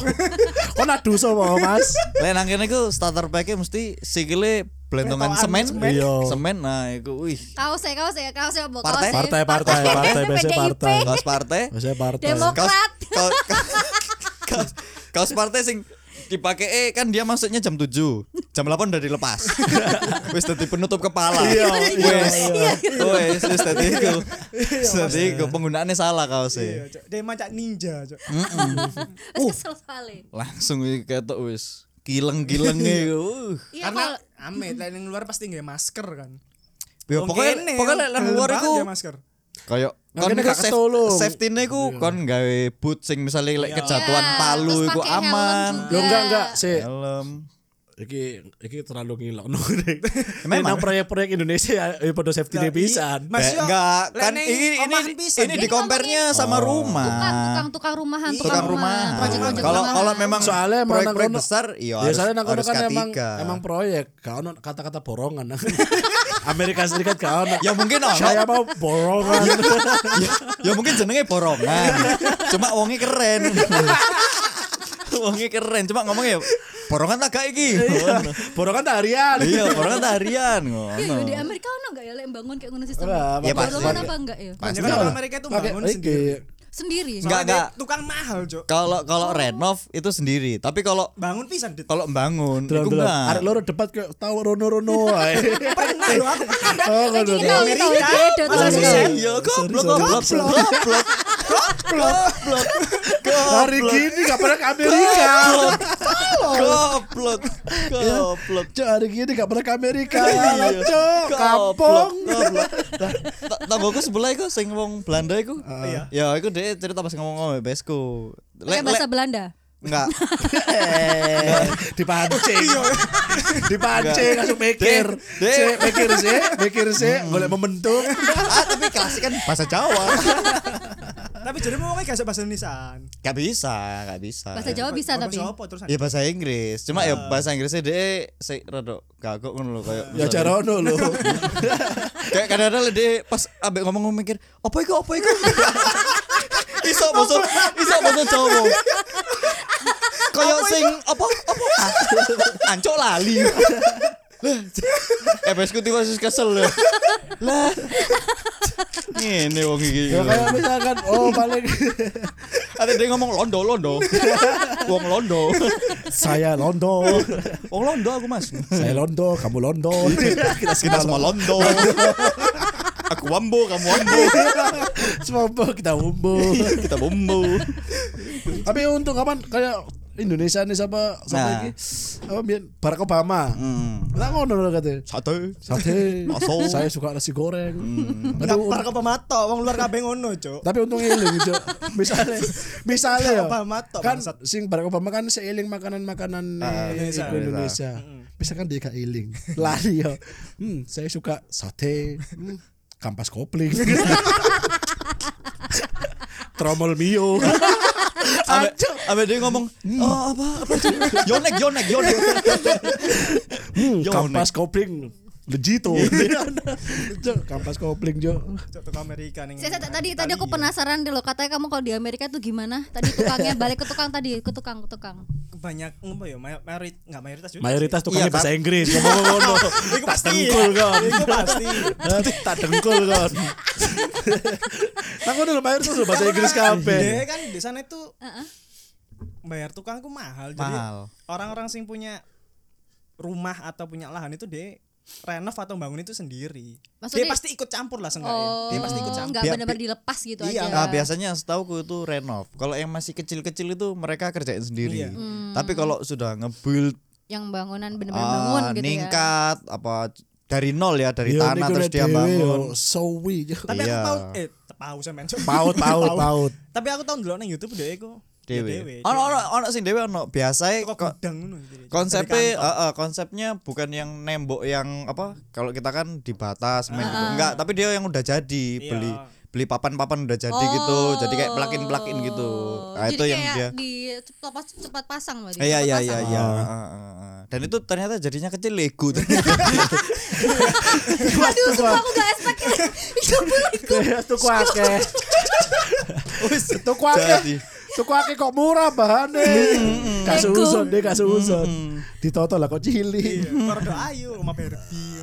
Speaker 2: Kon aduh so mau Mas.
Speaker 1: lain akhirnya itu starter packnya mesti sikile belentongan
Speaker 4: Betokan,
Speaker 1: semen
Speaker 4: semen.
Speaker 2: Iya.
Speaker 1: semen nah itu wih
Speaker 3: Kaos ya, kaos ya, kaos ya, Bu.
Speaker 1: Partai?
Speaker 3: Kaos ya.
Speaker 2: Partai, partai, partai, biasanya
Speaker 3: PDIP.
Speaker 2: partai.
Speaker 1: kaos partai
Speaker 2: Saya partai.
Speaker 3: Demo-
Speaker 1: kaos
Speaker 3: Klat.
Speaker 1: kaos, kaos, kaos partai sing dipakai eh, kan dia masuknya jam 7 jam 8 udah dilepas wis tadi penutup kepala
Speaker 2: Iya, iya,
Speaker 1: wis
Speaker 2: iya.
Speaker 1: wis wis tadi itu tadi itu penggunaannya salah kaosnya
Speaker 4: Iya, Cuk. Dia macam ninja, Cuk.
Speaker 3: Terus Iya,
Speaker 2: Uh.
Speaker 3: kesel sekali.
Speaker 1: langsung iki ketok wis
Speaker 2: (laughs)
Speaker 1: kileng-kilenge uh.
Speaker 3: Iya,
Speaker 4: Karena
Speaker 3: kalau-
Speaker 4: ame lain yang luar pasti nggak masker kan.
Speaker 1: Ya,
Speaker 4: Wong
Speaker 1: pokoknya
Speaker 4: kene,
Speaker 1: pokoknya lek- lek
Speaker 4: dalam
Speaker 1: luar
Speaker 4: banget
Speaker 1: iku Ah,
Speaker 4: dia masker.
Speaker 1: Kayak
Speaker 2: Yang
Speaker 1: kon
Speaker 2: kene
Speaker 1: gak
Speaker 2: gak ketolong.
Speaker 1: safety ne ku kon gawe boot sing misalnya lek kejatuhan
Speaker 3: Iya,
Speaker 1: palu
Speaker 3: terus
Speaker 1: iku
Speaker 3: pakai helm
Speaker 1: aman.
Speaker 3: juga.
Speaker 2: Lo enggak enggak sih.
Speaker 1: Helm.
Speaker 2: Iki iki terlalu ngilok (laughs) nurek.
Speaker 1: Memang.
Speaker 2: Memang proyek-proyek Indonesia ya pada safety day pisan.
Speaker 4: Mas
Speaker 1: Eh,
Speaker 4: yo,
Speaker 1: enggak,
Speaker 4: lek
Speaker 1: kan
Speaker 4: neng
Speaker 1: ini ini
Speaker 4: omahan pisan. Oh.
Speaker 1: ini
Speaker 4: Dia
Speaker 1: di compare-nya sama rumah.
Speaker 3: Tukang, tukang, tukang rumahan,
Speaker 1: Tukang rumah.
Speaker 3: Project-project
Speaker 1: Kalau
Speaker 3: rumahan.
Speaker 1: kalau memang
Speaker 2: Soalnya emang nang
Speaker 1: proyek-proyek
Speaker 2: kono-
Speaker 1: besar iya
Speaker 2: Ya
Speaker 1: harus
Speaker 2: soalnya nang kono
Speaker 1: harus
Speaker 2: kan emang
Speaker 1: K3.
Speaker 2: emang proyek, gak ono kata-kata borongan. (laughs) Amerika Serikat gak ono.
Speaker 1: Ya mungkin ono.
Speaker 2: Saya mau borongan.
Speaker 1: ya, ya mungkin jenenge
Speaker 3: (laughs)
Speaker 1: borongan. Cuma wonge keren. (laughs) wonge keren, cuma ngomongnya ya borongan tak gak iki.
Speaker 3: Iya.
Speaker 1: Ngono.
Speaker 2: borongan tak harian.
Speaker 1: Iya, borongan tak harian ngono.
Speaker 3: Iya, di
Speaker 2: Hmm.
Speaker 3: Amerika ono enggak ya lek bangun kayak ngono sistem?
Speaker 2: Ora,
Speaker 1: Ya,
Speaker 3: Borongan
Speaker 1: pasti.
Speaker 2: Iya.
Speaker 3: apa enggak
Speaker 4: Ya
Speaker 3: ya?
Speaker 1: Pasti
Speaker 4: kan
Speaker 1: lah.
Speaker 4: orang Amerika itu
Speaker 2: Pakai
Speaker 4: bangun
Speaker 2: iki.
Speaker 4: sendiri.
Speaker 3: Sendiri.
Speaker 1: Enggak,
Speaker 4: Soalnya
Speaker 1: enggak.
Speaker 4: Tukang mahal, Cuk.
Speaker 1: Kalau kalau renov itu sendiri, tapi kalau
Speaker 4: Bangun pisan dit.
Speaker 1: kalau bangun itu
Speaker 2: Delok-delok. Arek
Speaker 1: enggak.
Speaker 2: loro debat kayak tahu
Speaker 4: (laughs)
Speaker 2: rono-rono ae.
Speaker 4: Pernah lo aku ada
Speaker 2: Oh, kan
Speaker 3: Kayak
Speaker 2: udah.
Speaker 3: kita
Speaker 4: Amerika.
Speaker 3: tahu beda
Speaker 4: Masa
Speaker 3: tuh.
Speaker 4: sih, Sen?
Speaker 1: Iya, goblok
Speaker 2: sorry.
Speaker 1: goblok goblok goblok. Goblok.
Speaker 2: Hari gini gak pernah ke Amerika.
Speaker 1: Goblok. Goblok.
Speaker 2: Cok hari gini gak pernah ke Amerika.
Speaker 1: Iya.
Speaker 2: Cok kampung.
Speaker 1: Tanggoku sebelah iku sing wong Belanda iku. Iya. Ya iku dhek cerita pas ngomong ngomong besku.
Speaker 3: Pakai bahasa Belanda.
Speaker 1: enggak. Eh.
Speaker 2: dipancing dipancing langsung mikir
Speaker 1: Iya. Dek, Hmm. dek.
Speaker 2: sih mikir sih mikir sih boleh membentuk
Speaker 1: ah, tapi klasik kan bahasa Jawa.
Speaker 4: Tapi jadi mau ngomongnya kayak bahasa Indonesiaan.
Speaker 1: Gak bisa, gak bisa.
Speaker 3: Bahasa Jawa bisa tapi.
Speaker 4: Sopo terus
Speaker 1: Ya bahasa Inggris. Cuma ya bahasa Inggrisnya dhek sik rada gagok ngono lho kayak
Speaker 2: ya
Speaker 1: misalnya-
Speaker 2: jarono lo
Speaker 1: Kayak kadang-kadang lede pas ambek ngomong ngomong mikir, apa iku apa iku. (laughs) iso basa iso basa Jawa. Kaya sing apa apa Ah, ancok lali. Lah, Eh besku tiba sus kesel lho. Lah. Ngene wong iki.
Speaker 2: ya kayak misalkan oh
Speaker 1: (laughs)
Speaker 2: paling
Speaker 1: Ada dia ngomong londo londo. Wong londo.
Speaker 2: saya londo
Speaker 1: Wong londo aku Mas.
Speaker 2: saya londo kamu londo
Speaker 1: (laughs) Kita kita semua londo. Aku wambo, kamu wambo.
Speaker 2: (laughs) semua kita umbo
Speaker 1: Kita bombo.
Speaker 2: tapi untung kapan kayak Indonesia nih
Speaker 1: Nah.
Speaker 2: siapa siapa lagi apa biar Barack Obama
Speaker 4: Hmm.
Speaker 1: Hmm,
Speaker 2: kita ngono lo katanya
Speaker 1: Satu.
Speaker 2: sate
Speaker 1: Masuk.
Speaker 2: saya suka nasi goreng tapi
Speaker 4: Enggak pernah ke pemato, wong luar kabeh ngono, Cuk.
Speaker 2: Tapi untung eling gitu. Misalnya
Speaker 4: (laughs)
Speaker 2: misalnya ya.
Speaker 4: Obama tok,
Speaker 2: kan
Speaker 4: bangsat. iya,
Speaker 2: sing Barack Obama kan seiling makanan-makanan
Speaker 1: Ah,
Speaker 2: Indonesia.
Speaker 4: Indonesia.
Speaker 2: Indonesia.
Speaker 4: Hmm.
Speaker 2: Bisa kan dia gak (laughs) eling. Lari ya. Hmm, saya suka sate. Hmm, kampas
Speaker 4: (laughs)
Speaker 2: kopling. (laughs) Tromol mio.
Speaker 1: Abe, abe dia ngomong,
Speaker 3: Hmm.
Speaker 1: oh
Speaker 3: Iya.
Speaker 1: apa apa itu? yonek yonek yonek.
Speaker 2: Hmm,
Speaker 1: Yo,
Speaker 2: kampas kopling. legito. (laughs) Cuk, kampas kopling, Cuk.
Speaker 4: Cok tukang Amerika ning.
Speaker 3: Saya- saya- tadi
Speaker 4: ya.
Speaker 3: tadi aku penasaran deh lo katanya kamu kalau di Amerika tuh gimana? Tadi tukangnya balik ke tukang tadi, ke tukang, ke tukang.
Speaker 4: Banyak apa ya? may- Mayorit enggak mayoritas juga.
Speaker 2: Mayoritas
Speaker 1: Iya,
Speaker 2: tukangnya
Speaker 1: kan?
Speaker 2: bahasa Inggris. Ngomong ngono.
Speaker 1: (laughs)
Speaker 4: Iku
Speaker 2: Tak
Speaker 4: pasti. ya.
Speaker 2: dengkul kan.
Speaker 4: Iku pasti.
Speaker 2: Tak dengkul kan. Nang ngono lho mayoritas lho bahasa Inggris kabeh.
Speaker 4: Dia kan di sana itu bayar tukang ku mahal. Jadi
Speaker 1: Mahal.
Speaker 4: orang-orang sing punya rumah atau punya lahan itu dia renov atau bangun itu sendiri.
Speaker 3: Maksudnya-
Speaker 4: dia pasti ikut campur lah ya. seenggaknya.
Speaker 3: Oh,
Speaker 4: Dia pasti ikut campur.
Speaker 3: nggak
Speaker 1: Biar-
Speaker 3: benar-benar dilepas gitu
Speaker 4: Iya,
Speaker 3: aja.
Speaker 1: Nah, biasanya setahu itu renov. Kalau yang masih kecil-kecil itu mereka kerjain sendiri.
Speaker 4: Iya.
Speaker 2: Hmm.
Speaker 1: Tapi kalau sudah nge-build
Speaker 3: Yang bangunan benar-benar
Speaker 1: ah,
Speaker 3: bangun gitu ya.
Speaker 1: ningkat apa dari nol ya dari
Speaker 2: Yo,
Speaker 1: tanah
Speaker 2: Iya, niku
Speaker 1: terus
Speaker 2: nek
Speaker 1: dia
Speaker 2: dhewe
Speaker 1: bangun.
Speaker 2: yo, Sowi. Cuk.
Speaker 4: Tapi
Speaker 1: Iya.
Speaker 4: aku tahu eh paus sampean. Cok.
Speaker 2: Paut, paut, paut.
Speaker 4: (laughs) Tapi aku tahu dulu nang YouTube dia iku. ya
Speaker 3: Iya,
Speaker 1: Dewe. Ono
Speaker 4: Ono
Speaker 1: ono ono sing dewe ono biasae
Speaker 4: kok
Speaker 1: kok
Speaker 4: gudang ngono. jadi.
Speaker 1: konsepnya
Speaker 4: Dari kantor.
Speaker 1: eh, eh, konsepnya bukan yang nembok yang apa kalau kita kan dibatas main gitu. enggak tapi dia yang udah jadi
Speaker 4: Iya.
Speaker 1: beli beli papan-papan udah jadi gitu jadi kayak plakin-plakin gitu nah,
Speaker 3: Oh. Jadi
Speaker 1: itu yang
Speaker 3: kayak
Speaker 1: dia
Speaker 3: di cepat, cepat pasang berarti.
Speaker 1: iya
Speaker 3: cepat
Speaker 1: iya
Speaker 3: pasang. (laughs)
Speaker 1: iya iya Heeh, heeh. dan itu ternyata jadinya kecil Lego
Speaker 3: Aduh, sumpah aku gak expect ya. (laughs) itu.
Speaker 2: (laughs) Tuku akeh.
Speaker 1: Wis,
Speaker 2: Tuku akeh.
Speaker 1: jadi.
Speaker 2: Tuku akeh kok murah bahane. Kasih
Speaker 3: Ego.
Speaker 2: usun, deh kasih usun. Ditoto lah kok cilik.
Speaker 4: Iya, Kordo ayu, rumah Barbie.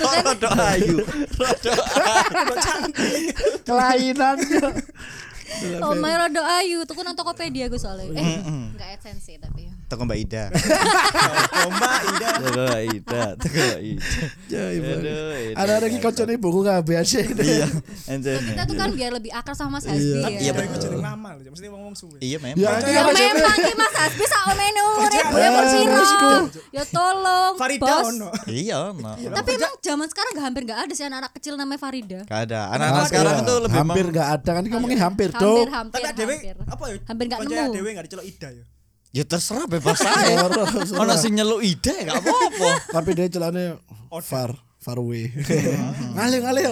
Speaker 1: Kok rodo ayu rodo
Speaker 4: Kordo cantik.
Speaker 2: Kelainannya.
Speaker 3: (laughs) Oh my Rodo Ayu, tuh nonton Tokopedia gue soalnya. Eh, nggak AdSense sih tapi.
Speaker 1: Toko Mbak Ida
Speaker 4: Lomba Ida.
Speaker 1: Toko Mbak Ida Toko Mbak Ida
Speaker 2: Ya, ibu.
Speaker 1: Aduh, ini.
Speaker 2: Ada lagi kocone bungu kabeh aja.
Speaker 1: iya anjene.
Speaker 3: Kita tuh kan biar lebih akrab sama Mas Hasbi
Speaker 4: Iya,
Speaker 3: ya.
Speaker 4: tapi aku jadi lama loh. Mesti ngomong suwe.
Speaker 1: iya memang
Speaker 2: Ya,
Speaker 3: Ya
Speaker 2: Iya, Mas
Speaker 3: memang ki Mas Hasbi sak omene urip ya
Speaker 2: Eh, bosku.
Speaker 3: sira. Ya tolong,
Speaker 4: Farida
Speaker 3: bos.
Speaker 4: ono.
Speaker 1: iya ono.
Speaker 3: Tapi emang zaman sekarang gak hampir gak ada sih anak-anak kecil namanya Farida.
Speaker 1: Gak ada. Anak-anak sekarang itu lebih Iya.
Speaker 2: hampir
Speaker 1: emang-
Speaker 2: nggak ada kan ngomongin hampir dong.
Speaker 3: Hampir, hampir,
Speaker 4: Tapi dewe
Speaker 3: hampir.
Speaker 4: apa ya?
Speaker 3: Hampir nggak
Speaker 4: Konconya
Speaker 3: nemu.
Speaker 4: Dewe enggak dicelok Ida ya.
Speaker 1: ya terserah bebas aja. (laughs) Ono sing nyeluk ide gak apa-apa.
Speaker 2: Tapi dia celananya far far away.
Speaker 1: (laughs)
Speaker 2: ngalih ngalih.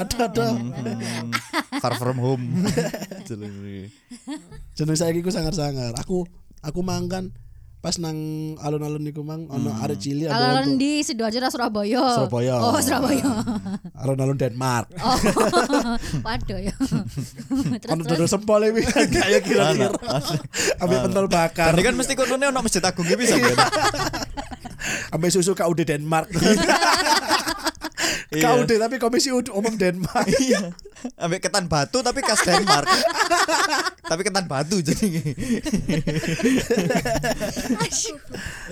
Speaker 2: Ada ada.
Speaker 1: Mm-hmm. Hmm. Far from home.
Speaker 2: Jeneng saya iku sangar-sangar. Aku aku mangan pas nang alun-alun niku mang ono
Speaker 1: Mm-hmm.
Speaker 2: arek cilik ada
Speaker 3: Kalau
Speaker 2: untuk
Speaker 3: di Sidoarjo atau Surabaya.
Speaker 2: Surabaya.
Speaker 3: Oh, Surabaya.
Speaker 2: alun-alun Denmark.
Speaker 3: Oh. (laughs) Waduh ya.
Speaker 2: Ono dodol
Speaker 1: (laughs)
Speaker 2: sempol iki kan kayak kira-kira. Ambil pentol bakar.
Speaker 1: Tadi kan mesti konone ono masjid agung iki bisa. Ben.
Speaker 2: Ambil susu KUD
Speaker 1: (laughs)
Speaker 2: Denmark.
Speaker 1: Iya.
Speaker 2: KUD tapi Komisi Umum Denmark.
Speaker 1: Iya. Ambek ketan batu tapi khas Denmark. tapi ketan batu jadi.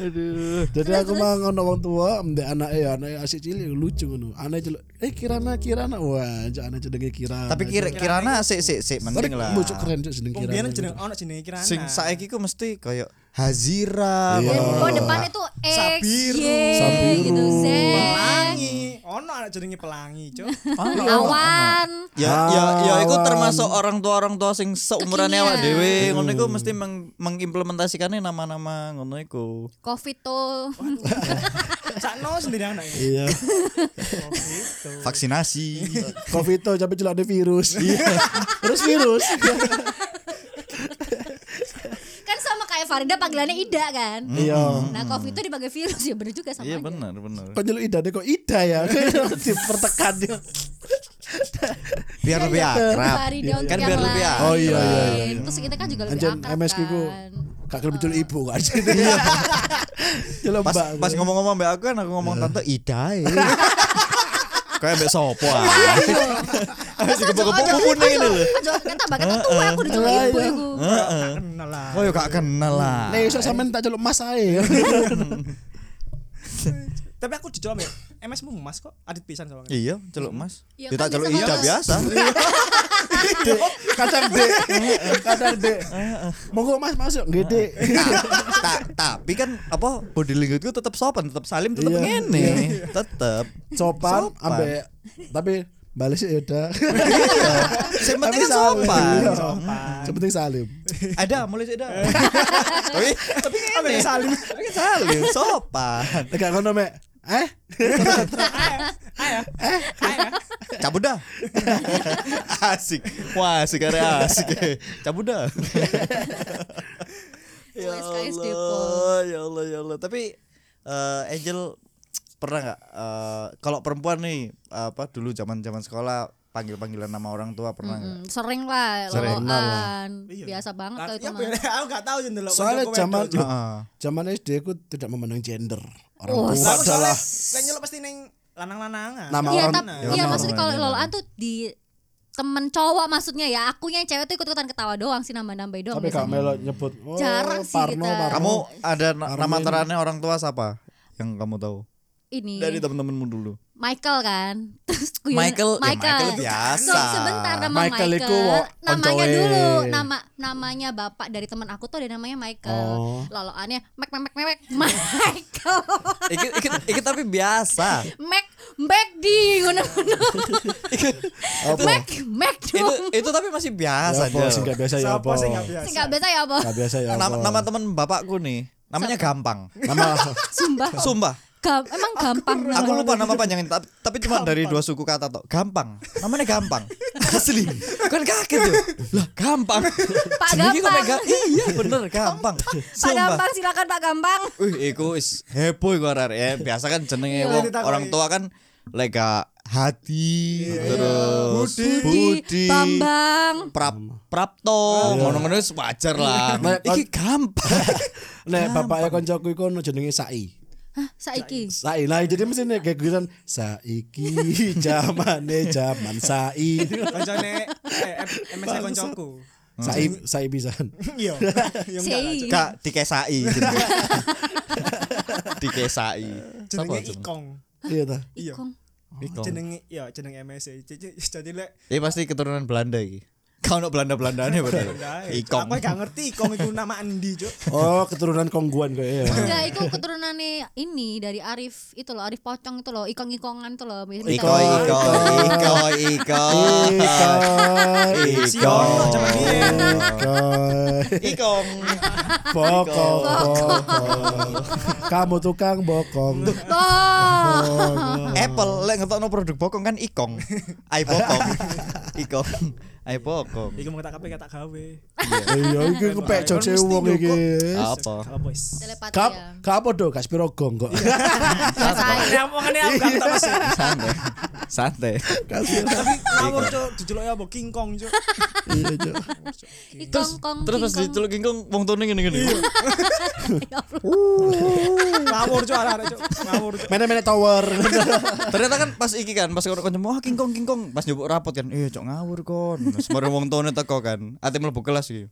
Speaker 1: Aduh.
Speaker 2: Jadi aku mah ngono wong tua, ndek anake ya anake asik cilik lucu ngono. Anake celuk, eh Kirana Kirana. Wah, jek anake jenenge Kirana.
Speaker 1: Tapi kira kirana sik sik sik penting lah.
Speaker 2: Lucu keren jek jeneng
Speaker 4: Wong biyen
Speaker 2: Kirana.
Speaker 4: jeneng ono jenenge Kirana.
Speaker 1: Sing saiki ku mesti kayak Hazira.
Speaker 2: Iya.
Speaker 1: ngono.
Speaker 3: Oh, depan itu X,
Speaker 4: Sabiru.
Speaker 3: Y,
Speaker 2: Sabiru.
Speaker 3: gitu Z, Ah,
Speaker 4: Pelangi. Ono anak jenenge Pelangi, Cuk. (laughs)
Speaker 3: awan.
Speaker 1: Ya, ya, ya, itu
Speaker 2: Awan.
Speaker 1: termasuk orang tua orang tua sing seumurannya awak
Speaker 3: Kekinian.
Speaker 1: dewe, ngono iku mesti meng- mengimplementasikannya nama-nama ngono iku.
Speaker 3: Covid tuh.
Speaker 4: Sakno sendiri anaknya.
Speaker 2: Iya.
Speaker 4: Oh, gitu.
Speaker 1: Vaksinasi.
Speaker 2: Covid tuh tapi celuk ada virus.
Speaker 1: Iya.
Speaker 2: Iya. Terus virus.
Speaker 3: (laughs)
Speaker 1: Hmm.
Speaker 3: kan sama kayak Farida panggilannya Ida kan.
Speaker 2: Iya.
Speaker 3: Nah, Covid itu dipakai virus ya bener juga
Speaker 1: (laughs)
Speaker 3: sama.
Speaker 1: Iya
Speaker 3: aja.
Speaker 1: benar benar.
Speaker 2: Kok nyeluk idane kok ida ya. (laughs) Dipertekan dia.
Speaker 1: Biar lebih akrab.
Speaker 3: Farida untuk
Speaker 1: Kan
Speaker 3: yang
Speaker 1: biar lebih
Speaker 3: lain.
Speaker 1: akrab.
Speaker 2: Oh, iya, iya,
Speaker 3: iya. Terus kita kan juga lebih
Speaker 2: Anjen
Speaker 3: akrab
Speaker 2: MSQ ku
Speaker 3: kan.
Speaker 2: gak kelem celuk ibu
Speaker 1: (laughs)
Speaker 2: kan. Iya. Celuk
Speaker 1: Pas
Speaker 2: mbak.
Speaker 1: pas ngomong-ngomong mbak aku kan aku ngomong tante (laughs) Ida. ya. Kayak mbak sopo ah. Habis gebuk-gebuk pupune ngene lho.
Speaker 3: Ojo kan tambah
Speaker 2: (laughs)
Speaker 3: kata tua aku dicoba ibu
Speaker 2: iya.
Speaker 3: aku.
Speaker 4: Gak kenal lah.
Speaker 1: Oh ya gak kenal lah.
Speaker 2: Nek iso sampean tak celuk mas
Speaker 1: (laughs)
Speaker 2: ae.
Speaker 4: Tapi aku dicolok ya. MS mu Mas kok adit pisan sama aku.
Speaker 1: Iya, celuk Mas.
Speaker 3: Iya,
Speaker 1: Kita
Speaker 3: kan
Speaker 1: celuk
Speaker 3: bisa
Speaker 1: Ida
Speaker 3: kalau-
Speaker 1: biasa. (laughs)
Speaker 2: Dek, kadang dek, kadang dek. Monggo mas masuk, nggih dek.
Speaker 1: Ta- tapi kan apa body language gue tetap sopan, tetap salim, tetap
Speaker 2: Iya,
Speaker 1: ngene, tetap.
Speaker 2: Sopan,
Speaker 1: Sopan.
Speaker 2: ambek tapi balas ya udah.
Speaker 1: Yang penting
Speaker 2: Tapi
Speaker 1: kan sopan.
Speaker 2: Iya.
Speaker 4: Sopan.
Speaker 2: Yang penting salim.
Speaker 1: Ada, mulai sih ada. (laughs) Tapi tapi ngene.
Speaker 4: salim.
Speaker 1: Tapi salim, sopan.
Speaker 2: Tegak kono mek. Eh,
Speaker 1: Cabut (laughs) dah. asik. Wah, asik area asik. Cabut dah. ya
Speaker 3: USKS Depok.
Speaker 1: ya Allah, ya Allah, ya Allah. Tapi eh, Angel pernah nggak eh, kalau perempuan nih apa dulu zaman-zaman sekolah panggil-panggilan nama orang tua pernah nggak?
Speaker 3: Mm, sering lah
Speaker 1: Sering.
Speaker 3: loaan.
Speaker 4: Iya.
Speaker 3: biasa banget
Speaker 4: Lah,
Speaker 3: kalau itu
Speaker 4: iya,
Speaker 3: mah
Speaker 4: bener. aku gak tahu jendelok
Speaker 2: Soalnya zaman
Speaker 1: Heeh.
Speaker 2: zaman SD ku tidak memandang gender.
Speaker 3: Wah,
Speaker 2: Orang tua
Speaker 4: Soalnya
Speaker 2: adalah
Speaker 4: soalnya nyeluk pasti neng lanang-lanangan
Speaker 2: Nama
Speaker 3: iya
Speaker 2: orang-
Speaker 3: tapi
Speaker 1: ya,
Speaker 3: iya
Speaker 1: orang
Speaker 3: maksudnya kalau
Speaker 1: orang
Speaker 3: lolaan tuh di temen cowok maksudnya ya akunya yang cewek tuh ikut ikutan ketawa doang sih nambah nambahin doang
Speaker 2: Sampai Kak
Speaker 3: biasanya.
Speaker 2: Melo nyebut oh,
Speaker 3: Jarang sih
Speaker 2: Parno,
Speaker 3: kita.
Speaker 2: Parno.
Speaker 1: Kamu ada na- nama
Speaker 2: Armin.
Speaker 1: terannya orang tua siapa yang kamu tahu?
Speaker 3: ini
Speaker 1: Dari temen-temenmu dulu.
Speaker 3: Michael kan (laughs) terus guyon-
Speaker 1: Michael, ya Michael biasa.
Speaker 3: So, sebentar nama
Speaker 2: Michael
Speaker 3: Michael,
Speaker 2: iku wo-
Speaker 3: namanya
Speaker 2: oncoe.
Speaker 3: dulu nama namanya bapak dari teman aku tuh ada namanya Michael
Speaker 2: Oh.
Speaker 3: loloannya Mac Mac Mac (laughs) Mac Mac Michael
Speaker 1: Iki, iki, iki tapi
Speaker 2: (laughs)
Speaker 1: biasa.
Speaker 3: Mac Mac di ngono
Speaker 2: Apa?
Speaker 3: Mac Mac
Speaker 1: itu
Speaker 3: dong
Speaker 1: itu tapi masih
Speaker 2: Ya
Speaker 1: biasa
Speaker 2: apa
Speaker 1: Del.
Speaker 2: sih nggak biasa ya apa?
Speaker 4: Siapa sih nggak biasa?
Speaker 3: nggak biasa ya apa
Speaker 2: Nggak biasa ya apa?
Speaker 1: Nama, nama temen bapakku nih, namanya gampang.
Speaker 2: nama
Speaker 4: (laughs)
Speaker 3: sumpah
Speaker 1: Sumpah,
Speaker 3: Gam- emang gampang
Speaker 1: aku lupa nama panjangnya tapi, tapi cuma dari dua suku kata toh. Gampang. Namanya gampang. (laughs) Asli. Kan kaget ya. Lah, gampang.
Speaker 3: Pak
Speaker 1: Jenenge kok
Speaker 3: Gampang.
Speaker 1: mega- iya bener gampang.
Speaker 3: Pak
Speaker 1: Sumpah.
Speaker 3: Gampang silakan Pak Gampang
Speaker 1: Wih, iku is heboh iku arek ya. Biasa kan jenenge
Speaker 3: Iya.
Speaker 1: wong orang tua kan lega hati terus
Speaker 4: Iya. Budi.
Speaker 1: budi,
Speaker 3: Bambang
Speaker 1: prap
Speaker 4: Iya.
Speaker 1: prapto ngono-ngono wis wajar lah.
Speaker 2: Nah, kon-
Speaker 1: Iki
Speaker 4: (laughs)
Speaker 1: gampang.
Speaker 2: nek bapaknya koncoku iku ono jenenge Sai.
Speaker 3: Hah, Saiki
Speaker 2: Sai. Nah, jadi mesti nek kayak guyon
Speaker 4: (laughs)
Speaker 2: saiki zamane zaman Sai.
Speaker 4: Koncone eh, M- MSC koncoku.
Speaker 2: Sai Sai pisan.
Speaker 4: (laughs) Iya. Ya enggak lah,
Speaker 3: Sei
Speaker 1: Kak dikesai gitu. (laughs) dikesai.
Speaker 4: Jenenge
Speaker 1: Sapa jeneng?
Speaker 4: Ikong.
Speaker 2: Iya ta.
Speaker 4: Iya.
Speaker 3: (laughs) Ikong
Speaker 1: Ikong.
Speaker 4: Jenenge ya jeneng MSC. Jadi jadi lek
Speaker 1: Ini pasti keturunan Belanda iki. Kau nak Belanda Belandane padahal. Ikong.
Speaker 4: iya. Aku gak ngerti Ikong itu nama Andi, Cuk.
Speaker 2: Oh, keturunan Kongguan kok ya.
Speaker 3: Enggak, itu keturunannya ini dari Arif itu loh, Arif Pocong itu loh, ikong-ikongan itu loh. biasa
Speaker 1: Iko Iko Iko Iko
Speaker 4: Iya,
Speaker 2: Iya.
Speaker 1: Iko
Speaker 4: Siono, cuman Iya, dia. Iya,
Speaker 1: Ikong.
Speaker 2: Bokong, bokong. Kamu tukang bokong.
Speaker 3: Oh,
Speaker 1: Hmm. Apple lek ngetokno produk bokong kan (laughs) ikong. Ai bokong. Ikong. Ai bokong.
Speaker 4: Iku mau tak kape tak gawe.
Speaker 2: Iya, iki kepek jokse wong iki.
Speaker 1: Apa?
Speaker 4: Apa wis?
Speaker 3: telepati
Speaker 2: Kap,
Speaker 3: ya.
Speaker 2: kap do gas piro gong kok.
Speaker 3: Selesai.
Speaker 4: Nek omongane aku gak tak masuk.
Speaker 1: Santai. Santai.
Speaker 4: Tapi ngawur, Cuk. Dijeluk apa King Kong, Cuk.
Speaker 2: Iya, Cuk.
Speaker 3: Ikong kong.
Speaker 1: Terus pas diceluk ingkung wong tone ngene-ngene.
Speaker 4: Ngawur, Cuk, arek-arek, Cuk. Ngawur, Cuk.
Speaker 2: Mene-mene tower.
Speaker 1: Ternyata kan pas iki kan pas karo kancamu wah kingkong kingkong pas njupuk rapot kan eh cok ngawur kon. Terus baru wong tone teko kan. Ate mlebu kelas iki.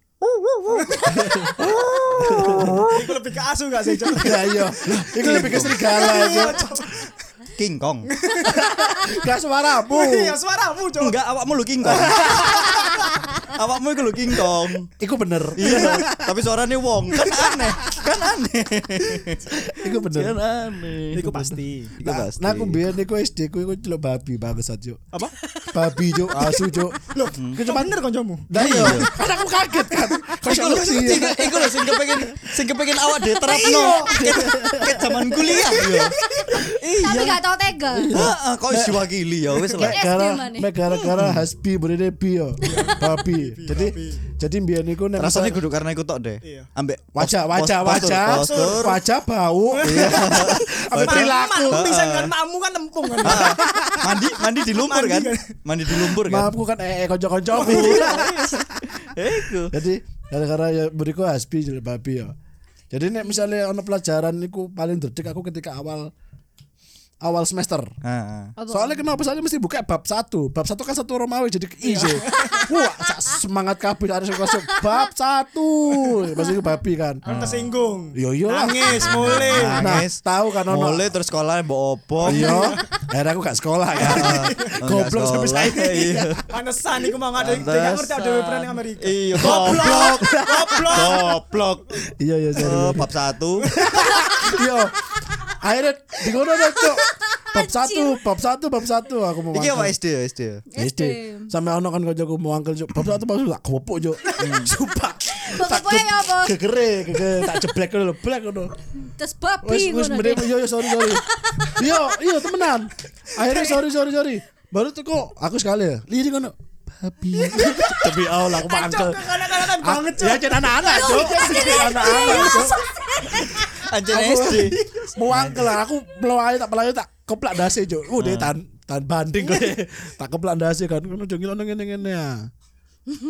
Speaker 4: Iku lebih ke asu gak sih, Cuk? Iya,
Speaker 2: Ya iya. Iku lebih ke serigala itu. (laughs)
Speaker 1: Kingkong.
Speaker 2: Gas suaramu.
Speaker 4: Iya, suaramu, Cuk.
Speaker 1: Enggak awakmu lu kingkong. awakmu iku lu kingkong.
Speaker 2: Iku bener.
Speaker 1: Iya, tapi suaranya wong kan aneh, kan aneh.
Speaker 2: Iku bener.
Speaker 1: aneh.
Speaker 4: Iku pasti.
Speaker 1: Iku
Speaker 2: Nah,
Speaker 1: pasti.
Speaker 2: nah aku biar niku SD ku iku celok babi bangsat Cuk.
Speaker 4: Apa?
Speaker 2: Babi Cuk, asu Cuk.
Speaker 4: Loh,
Speaker 1: Hmm.
Speaker 4: cuma bener kancamu.
Speaker 2: Nah iya. Kan aku kaget kan. Kok
Speaker 1: Iku
Speaker 2: iso
Speaker 1: lho,
Speaker 2: ngerti ya?
Speaker 1: iku- iya. iku lho sing kepengin sing kepengin awak dhewe
Speaker 2: Iya.
Speaker 1: terapno. Ket zaman kuliah yo.
Speaker 3: Tapi gak tau tega.
Speaker 1: Heeh, kok iso wakili ya wis lah.
Speaker 3: Mek-
Speaker 2: gara
Speaker 3: SD mana?
Speaker 2: mek gara-gara hasbi berene bi yo. Babi. Jadi jadi biyen niku nek
Speaker 1: Rasanya kudu karena iku tok deh.
Speaker 4: Iya.
Speaker 1: Ambek
Speaker 2: wajah
Speaker 1: pos-
Speaker 2: wajah
Speaker 1: postur-
Speaker 2: wajah
Speaker 1: postur.
Speaker 2: wajah bau. Iya. (laughs) Apa perilaku?
Speaker 4: Mampung bisa kan mamu kan lempung kan.
Speaker 1: Ah, mandi mandi di lumpur
Speaker 4: Mandi
Speaker 1: kan?
Speaker 4: kan.
Speaker 1: Mandi di lumpur kan?
Speaker 2: Maafku kan ee (laughs) kanca-kancaku.
Speaker 1: (laughs) Iku.
Speaker 2: Jadi gara-gara ya beriku hasbi jelek babi ya. Jadi nek misalnya ono pelajaran niku paling detik aku ketika awal awal semester.
Speaker 1: Heeh.
Speaker 3: Apa?
Speaker 2: Soalnya kenapa soalnya mesti buka bab satu. Bab satu kan satu Romawi jadi ijo. (laughs) Wah, sak semangat kabeh harus masuk bab satu. Masih babi kan.
Speaker 4: Kan tersinggung.
Speaker 2: Yo yo lah.
Speaker 4: Nangis mulai.
Speaker 2: Nah,
Speaker 1: Nangis.
Speaker 2: tahu kan ono.
Speaker 1: Mulai terus sekolah mbok opo?
Speaker 2: Iya. Akhirnya aku gak sekolah (laughs) kan. Goblok sampai saya.
Speaker 1: Iya.
Speaker 4: Panesan iku mau ngadain tiga ngerti ada weberan yang Amerika. Eh,
Speaker 1: Iya, goblok.
Speaker 4: Goblok.
Speaker 1: Goblok.
Speaker 2: Iya iya sorry.
Speaker 1: Eh, Bab satu.
Speaker 2: Iya. Akhirnya di ngono deh, Cuk. Bab satu, bab satu, bab satu aku mau.
Speaker 1: Iki apa
Speaker 2: mangkel.
Speaker 1: SD ya SD ya?
Speaker 2: SD. Sampai ono kan kancaku mau angkel, Cuk. Bab satu bab satu tak kopok, Cuk. Sumpah. Tak
Speaker 3: Pokoknya ya apa?
Speaker 2: gegere, gegere, tak jeblek ngono lho, blek ngono.
Speaker 3: Terus
Speaker 2: Wes
Speaker 3: babi
Speaker 2: wes
Speaker 3: ngono
Speaker 2: mending
Speaker 3: deh.
Speaker 2: yo yo sorry sorry. Yo yo temenan. Akhirnya sorry sorry sorry. Baru tuh kok aku sekali ya. Liri kono. Babi. Demi Allah aku mangkel.
Speaker 4: Kanak-kanak
Speaker 1: Iya,
Speaker 2: Ah,
Speaker 4: kan banget.
Speaker 2: 啊 Ya jangan anak-anak, Cuk. Jangan anak-anak, Cuk.
Speaker 1: Anjir SD.
Speaker 2: Muang kelar aku melawai tak melawai tak keplak dasi jo. Uh dia tahan tahan banding kan. tak keplak dasi kan. Kono jo ngilokno ngene ngene ya.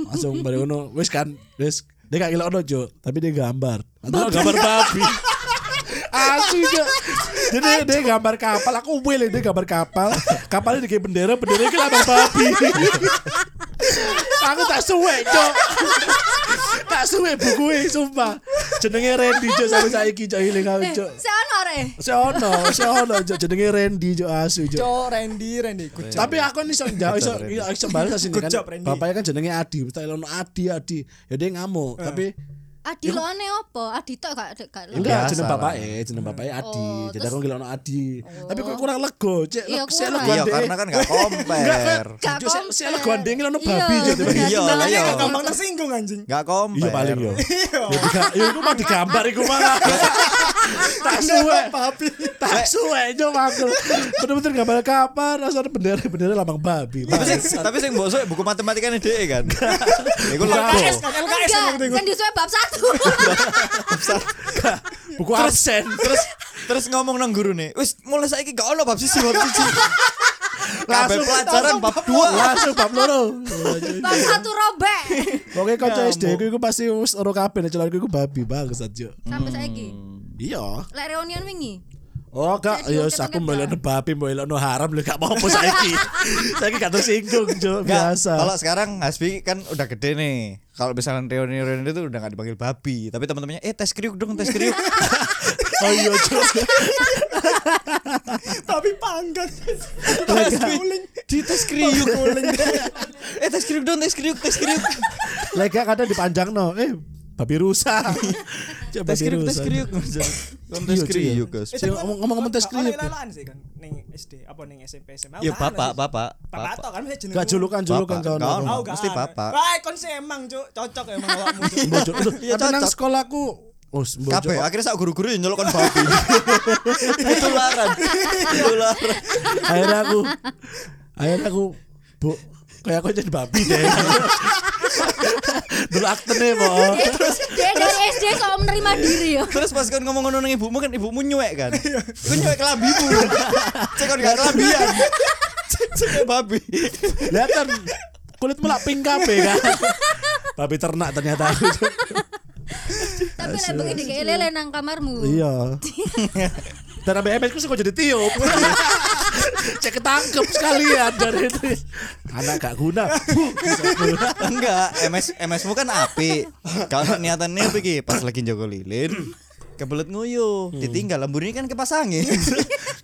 Speaker 2: Langsung balik ono wis kan wis dia gak ngilokno jo, tapi dia gambar. Atau gambar babi. Asu jo. Jadi dia gambar kapal, aku willing dia gambar kapal. Kapalnya dikit bendera, bendera itu gambar babi. aku tak suwe cok tak suwe buku sumpah jenenge Randy cok sampai saiki cok ilang aku
Speaker 3: Eh,
Speaker 2: cok
Speaker 3: saya ono re.
Speaker 2: Seono, seono cok jenenge Randy cok asu cok.
Speaker 4: Cok Randy Randy good job.
Speaker 2: Tapi aku ini iso jauh iso iso bales sini
Speaker 4: Good
Speaker 2: kan.
Speaker 4: job, Randy.
Speaker 2: Bapaknya kan jenenge Adi, mesti ono Adi Adi. Ya dia ngamuk,
Speaker 3: Eh.
Speaker 2: tapi
Speaker 3: Adi lo aneh apa? Adi tok gak gak lo.
Speaker 2: enggak
Speaker 1: biasa
Speaker 2: jeneng
Speaker 1: lah.
Speaker 2: bapaknya, jeneng bapaknya Adi.
Speaker 3: Oh,
Speaker 2: Jadi
Speaker 3: terus- Oh.
Speaker 2: aku ngelokno Adi. Tapi kok kurang lego, cek.
Speaker 3: Iya,
Speaker 2: Sik
Speaker 3: kurang.
Speaker 2: legoan
Speaker 1: Iya
Speaker 2: deh.
Speaker 1: karena kan
Speaker 2: (laughs)
Speaker 1: gak compare.
Speaker 3: Gak
Speaker 2: Cuk, saya- saya
Speaker 3: compare.
Speaker 2: gondeng lo ono babi,
Speaker 3: Iya,
Speaker 2: Cuk.
Speaker 3: bener,
Speaker 1: Iya,
Speaker 3: timbangannya
Speaker 1: iya.
Speaker 3: kayak gitu.
Speaker 4: gampang tersinggung anjing.
Speaker 1: Gak compare.
Speaker 2: Iya paling yo. Ya diga- Ya iku mau digambar iku
Speaker 3: (laughs)
Speaker 2: malah. Tak suwe. Tak suwe yo mangkel. Bener-bener gambar kapal rasane bendera-bendera lambang babi.
Speaker 1: Tapi sing
Speaker 2: iya.
Speaker 1: tapi sing mbok suwe buku matematika ini dhek kan. (laughs) Iku lego.
Speaker 4: LKS kan LKS yang penting.
Speaker 3: Enggak, kan disuai bab satu. (laughs)
Speaker 2: Buku absen.
Speaker 1: Terus terus ngomong nang gurune, wis mulai saiki gak ono bab siji bab
Speaker 2: (laughs)
Speaker 1: siji. Kabeh
Speaker 2: Langsung-
Speaker 1: pelajaran bab dua.
Speaker 2: Langsung bab (laughs) loro. Ya
Speaker 3: bab satu robek.
Speaker 2: Pokoke e kanca SD ku iku pasti wis ora kabeh nek celanaku iku babi bangsat yo.
Speaker 3: Sampai saiki.
Speaker 2: Iya.
Speaker 3: Lek
Speaker 2: (laughs)
Speaker 3: reunian wingi.
Speaker 2: Oh gak,
Speaker 3: Jadi
Speaker 2: ya
Speaker 3: kita
Speaker 2: aku
Speaker 3: ngebar.
Speaker 2: melokno babi, melokno haram lho gak apa-apa (laughs) saiki. Saiki gak tersinggung, Jo.
Speaker 1: Nggak,
Speaker 2: Biasa.
Speaker 1: Kalau sekarang Hasbi kan udah gede nih. Kalau misalnya reuni reuni itu udah gak dipanggil babi, tapi teman-temannya eh tes kriuk dong tes kriuk. (laughs)
Speaker 2: Oh iya, (laughs) Jo.
Speaker 4: Tapi pangkat.
Speaker 2: Lagi-
Speaker 4: Guling.
Speaker 1: Di tes kriuk. eh tes kriuk dong tes kriuk tes kriuk.
Speaker 2: Lega kadang dipanjang no, eh babi rusa. (laughs) Cek
Speaker 1: tes
Speaker 2: babi
Speaker 1: kriuk tes
Speaker 2: rusa.
Speaker 1: kriuk. Kon tes
Speaker 2: Iya,
Speaker 1: kriuk.
Speaker 2: cuy.
Speaker 1: Gus.
Speaker 4: Eh,
Speaker 2: Sing ngomong- ngomong-ngomong tes kriuk, ya.
Speaker 4: Lalaan sih kan ning SD apa ning SMP SMA.
Speaker 1: Ya
Speaker 4: Lalaan
Speaker 1: bapak
Speaker 4: sih.
Speaker 1: bapak.
Speaker 4: Bapak tok kan mesti jeneng.
Speaker 2: Gak julukan julukan
Speaker 1: Bapak,
Speaker 2: kawan.
Speaker 1: kawan.
Speaker 2: kawan.
Speaker 4: Oh, gak
Speaker 1: Mesti
Speaker 4: ada.
Speaker 1: bapak.
Speaker 4: Wah, kon sih emang, Cuk. Cocok
Speaker 1: (laughs)
Speaker 4: emang awakmu. Cuk.
Speaker 2: (laughs) Bojo- Aduh,
Speaker 1: Iya,
Speaker 2: Tapi nang
Speaker 1: cocok.
Speaker 2: sekolahku, oh sembojo.
Speaker 1: Kabeh akhirnya sak guru-guru yang nyolokkan babi. (laughs) Itu laran. Itu laran.
Speaker 2: Akhirnya aku, akhirnya aku, bu, kayak aku jadi babi deh. Dulu aktene po.
Speaker 3: Dia dari SD soal menerima diri ya.
Speaker 1: Terus pas kan ngomong ngono nang ibumu kan ibumu nyuek kan. Iku nyuek kelambimu. Cek kon gak kelambian. Cek cek babi.
Speaker 2: Lihat kan kulitmu lak pink kabeh kan. Babi ternak ternyata aku.
Speaker 3: Tapi lek bengi dikek lele nang kamarmu.
Speaker 2: Iya. Dan sampai MS ku sih kok jadi tiup. Cek ketangkep sekalian dari itu. Anak gak guna.
Speaker 1: Enggak, MS MSmu kan api. Kalau niatannya apa iki? Pas lagi Joko Lilin, kebelet nguyu, ditinggal lamburnya kan (laughs) kepasangin.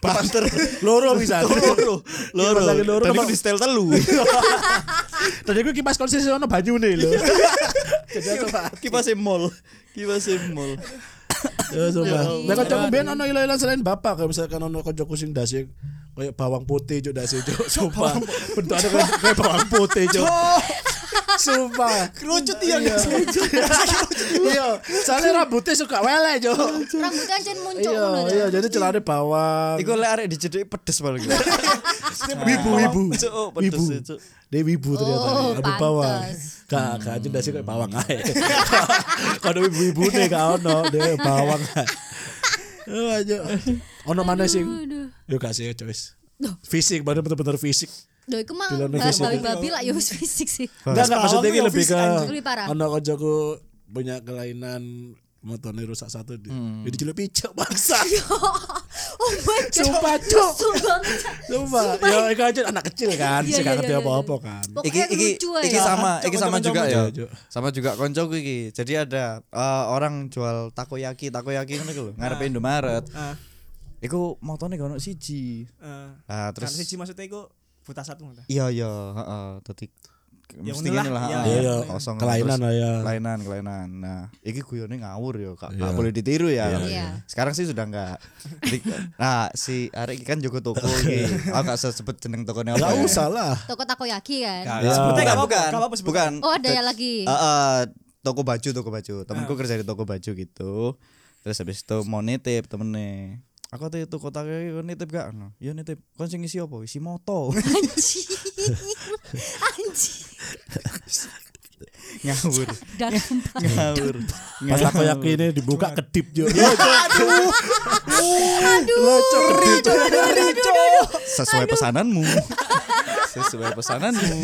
Speaker 1: Panter
Speaker 2: Loro bisa.
Speaker 1: loro, loro.
Speaker 2: Kipas angin loro
Speaker 1: Tadi
Speaker 2: apa?
Speaker 1: ku di setel (laughs) telu.
Speaker 2: Tadi gue kipas konsis ono banyu nih lho.
Speaker 1: Iya.
Speaker 2: Jadi coba.
Speaker 1: Kipas e mall. Kipas e mall.
Speaker 2: Ya coba. Nah kancaku ben ono ilo-ilo selain bapak kayak misalkan ono kancaku sing dasi kayak bawang putih cuk dasi cuk. Sumpah. Bentuknya kayak kayak bawang putih cuk. Sumpah.
Speaker 4: Kerucut iya nih.
Speaker 2: Iya, soalnya rambutnya suka wele cuk.
Speaker 3: Rambutnya ancen muncul
Speaker 2: Iya,
Speaker 3: ngono.
Speaker 2: iya, jadi celananya bawang.
Speaker 1: Iku lek arek dicedhek pedes gitu. paling.
Speaker 4: (laughs)
Speaker 2: wibu wibu
Speaker 1: Cuk, oh, pedes
Speaker 2: wibu
Speaker 1: ya, Cuk.
Speaker 2: dia wibu ternyata
Speaker 3: Oh,
Speaker 2: abu bawang
Speaker 3: pantes.
Speaker 2: gak gak aja sih kayak bawang (laughs) aja kalau wibu wibu nih gak ono dia bawang ae. Oh, aja ono mana sih yuk kasih ya guys fisik baru bener-bener fisik
Speaker 3: Duh, iku mah
Speaker 2: Dilone fisik.
Speaker 3: babi-babi lah ya wis fisik sih. (laughs)
Speaker 1: Nah.
Speaker 2: enggak enggak maksudnya ini
Speaker 4: bawang
Speaker 2: lebih ke
Speaker 4: ya, fisik
Speaker 3: Lebih parah.
Speaker 2: ono kojoku punya kelainan motornya rusak satu di
Speaker 1: Hmm.
Speaker 2: jadi cilok picek bangsa
Speaker 3: (laughs) Oh my god. (laughs)
Speaker 2: Sumpah, Cuk.
Speaker 3: Sumpah.
Speaker 2: Sumpah, ya itu aja anak kecil kan,
Speaker 3: Iya,
Speaker 2: sih gak
Speaker 3: iya,
Speaker 2: ngerti
Speaker 3: iya,
Speaker 2: apa-apa
Speaker 3: iya.
Speaker 2: kan.
Speaker 1: iki
Speaker 3: Pokoknya
Speaker 1: iki
Speaker 3: lucu aja.
Speaker 1: iki sama
Speaker 4: Cok,
Speaker 1: iki sama
Speaker 4: cok,
Speaker 1: juga
Speaker 4: cok,
Speaker 1: ya
Speaker 2: cok, cok.
Speaker 1: sama juga koncoku iki jadi ada eh, orang jual takoyaki takoyaki ngono iku lho ngarepe Indomaret
Speaker 4: Ah,
Speaker 1: iku motone gak ono siji
Speaker 4: eh,
Speaker 1: ah
Speaker 4: Terus
Speaker 1: terus
Speaker 4: siji maksudnya iku buta satu ngono.
Speaker 1: iya iya heeh dadi
Speaker 4: Ya
Speaker 1: mesti ngene
Speaker 4: ngono
Speaker 1: lah
Speaker 4: lah, iya,
Speaker 1: heeh,
Speaker 2: iya.
Speaker 1: kosong
Speaker 2: Kelainan lah, iya.
Speaker 1: kelainan kelainan nah iki guyone ngawur ya kak gak boleh ditiru ya
Speaker 3: iya.
Speaker 1: sekarang sih sudah enggak
Speaker 4: (laughs)
Speaker 1: nah si arek iki kan jogo toko
Speaker 2: (laughs)
Speaker 1: iki aku gak usah sebut jeneng tokone apa ya.
Speaker 2: Gak usah lah.
Speaker 3: Toko takoyaki kan.
Speaker 1: Nah, sebutnya gak
Speaker 4: Bukan,
Speaker 1: bukan,
Speaker 4: gak apa-apa sebut.
Speaker 1: bukan.
Speaker 3: Oh, ada ya
Speaker 1: Te-
Speaker 3: lagi.
Speaker 1: Eh,
Speaker 2: Ah.
Speaker 3: (laughs)
Speaker 1: eh, toko baju, toko baju. Temenku kerja di toko baju gitu. Terus habis itu mau nitip temennya. Aku tuh itu kota kayak nitip gak? No. Ya nitip. Kon sing isi apa? Isi moto. (laughs)
Speaker 3: Anjing. Anjing.
Speaker 1: ngawur
Speaker 3: Dan
Speaker 1: ngawur Iya.
Speaker 2: Pas aku yakin ini dibuka
Speaker 1: (laughs)
Speaker 2: kedip yo.
Speaker 1: aduh
Speaker 3: aduh,
Speaker 1: sesuai pesananmu sesuai pesananmu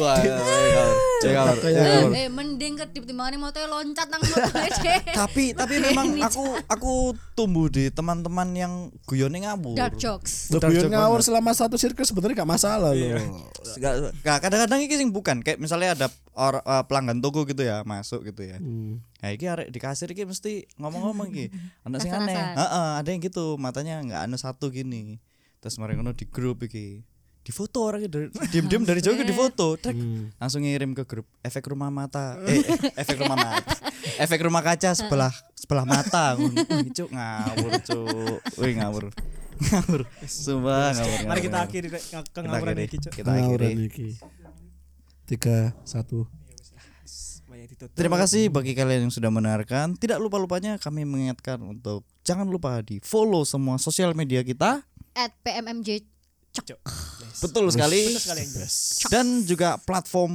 Speaker 1: wah ya, ya, ngawur. Ya, ngawur.
Speaker 2: Iya,
Speaker 1: Ya, ngawur.
Speaker 3: eh mending kedip timbangannya motor loncat nang motor deh.
Speaker 2: (laughs)
Speaker 1: tapi tapi memang
Speaker 3: Ini,
Speaker 1: aku aku tumbuh di teman-teman yang guyone ngawur
Speaker 3: Dark jokes.
Speaker 2: Lu guyon ngawur selama satu sirkus sebenarnya gak masalah
Speaker 1: Iya.
Speaker 2: loh.
Speaker 1: Nggak- nggak, kadang-kadang ini sing bukan kayak misalnya ada or- eh, pelanggan toko gitu ya masuk gitu ya
Speaker 4: Hmm.
Speaker 1: nah iki arek di kasir iki mesti ngomong-ngomong iki ana sing aneh
Speaker 3: Rasa-rasaan.
Speaker 1: Heeh, ada yang gitu matanya nggak anu satu gini terus mari ngono di grup iki di foto orang dari diem-diem dari jauh di foto
Speaker 4: Hmm.
Speaker 1: langsung ngirim ke grup efek rumah mata eh eh, (laughs) efek rumah mata efek rumah kaca sebelah sebelah mata (laughs) ngono Wih, cuk ngawur cuk wih ngawur (laughs) ngawur sumpah ngawur
Speaker 4: Mari
Speaker 1: ngawur, ngawur.
Speaker 4: kita akhiri Rek, ke-
Speaker 1: Iya, kita
Speaker 4: ngawuran
Speaker 1: akhiri
Speaker 4: iki, Cuk.
Speaker 1: kita akhiri
Speaker 2: iki. Tiga satu.
Speaker 4: Banyak ya ditutup.
Speaker 1: Terima kasih bagi kalian yang sudah mendengarkan. Tidak lupa-lupanya kami mengingatkan untuk jangan lupa di follow semua sosial media kita.
Speaker 3: At PMMJ
Speaker 4: Cuk. Yes.
Speaker 1: Betul sekali.
Speaker 4: Betul sekali, Angel.
Speaker 1: Dan juga platform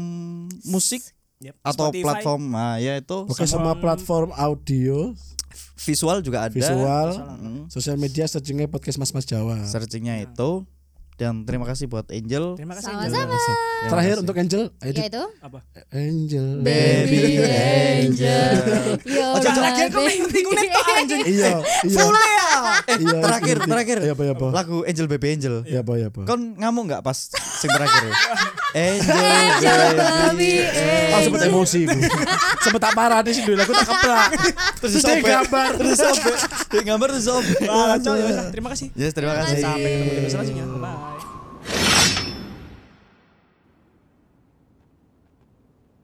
Speaker 1: musik
Speaker 4: Yep.
Speaker 1: atau
Speaker 4: Spotify,
Speaker 1: platform ah, ya itu
Speaker 2: Oke semua platform audio,
Speaker 1: visual juga ada.
Speaker 2: visual,
Speaker 1: Mm,
Speaker 2: sosial media searchingnya podcast Mas Mas Jawa.
Speaker 1: Searchingnya itu. Dan terima kasih buat Angel.
Speaker 4: Terima kasih. Angel.
Speaker 3: sama-sama
Speaker 1: Terima
Speaker 2: Terakhir
Speaker 1: kasih.
Speaker 2: untuk Angel, ayo di-
Speaker 3: yaitu
Speaker 4: Apa?
Speaker 2: Angel. Eh,
Speaker 1: Baby Angel.
Speaker 3: Yo,
Speaker 1: Oh, jangan
Speaker 3: my
Speaker 1: terakhir, kok
Speaker 3: baby.
Speaker 2: Iya, iya.
Speaker 1: Eh,
Speaker 2: Iya,
Speaker 1: terakhir,
Speaker 2: iya,
Speaker 1: terakhir.
Speaker 2: Iya, apa, iya, apa.
Speaker 1: Lagu Angel Baby Angel.
Speaker 2: Ya apa ya apa.
Speaker 1: Kon ngamuk nggak pas sing terakhir? ya? Angel
Speaker 3: Angel
Speaker 1: Baby
Speaker 3: baby,
Speaker 2: Aku sempet emosi gue. sempet tak parah di sini aku tak keplak.
Speaker 1: terus
Speaker 2: Terus dia
Speaker 1: disobek.
Speaker 2: gambar.
Speaker 1: terus sobek dia gambar terus sobek
Speaker 4: Wah, Cuk, ya udah. Terima kasih.
Speaker 1: yes terima
Speaker 4: Sampai
Speaker 1: kasih
Speaker 4: ketemu di episode selanjutnya. Bye.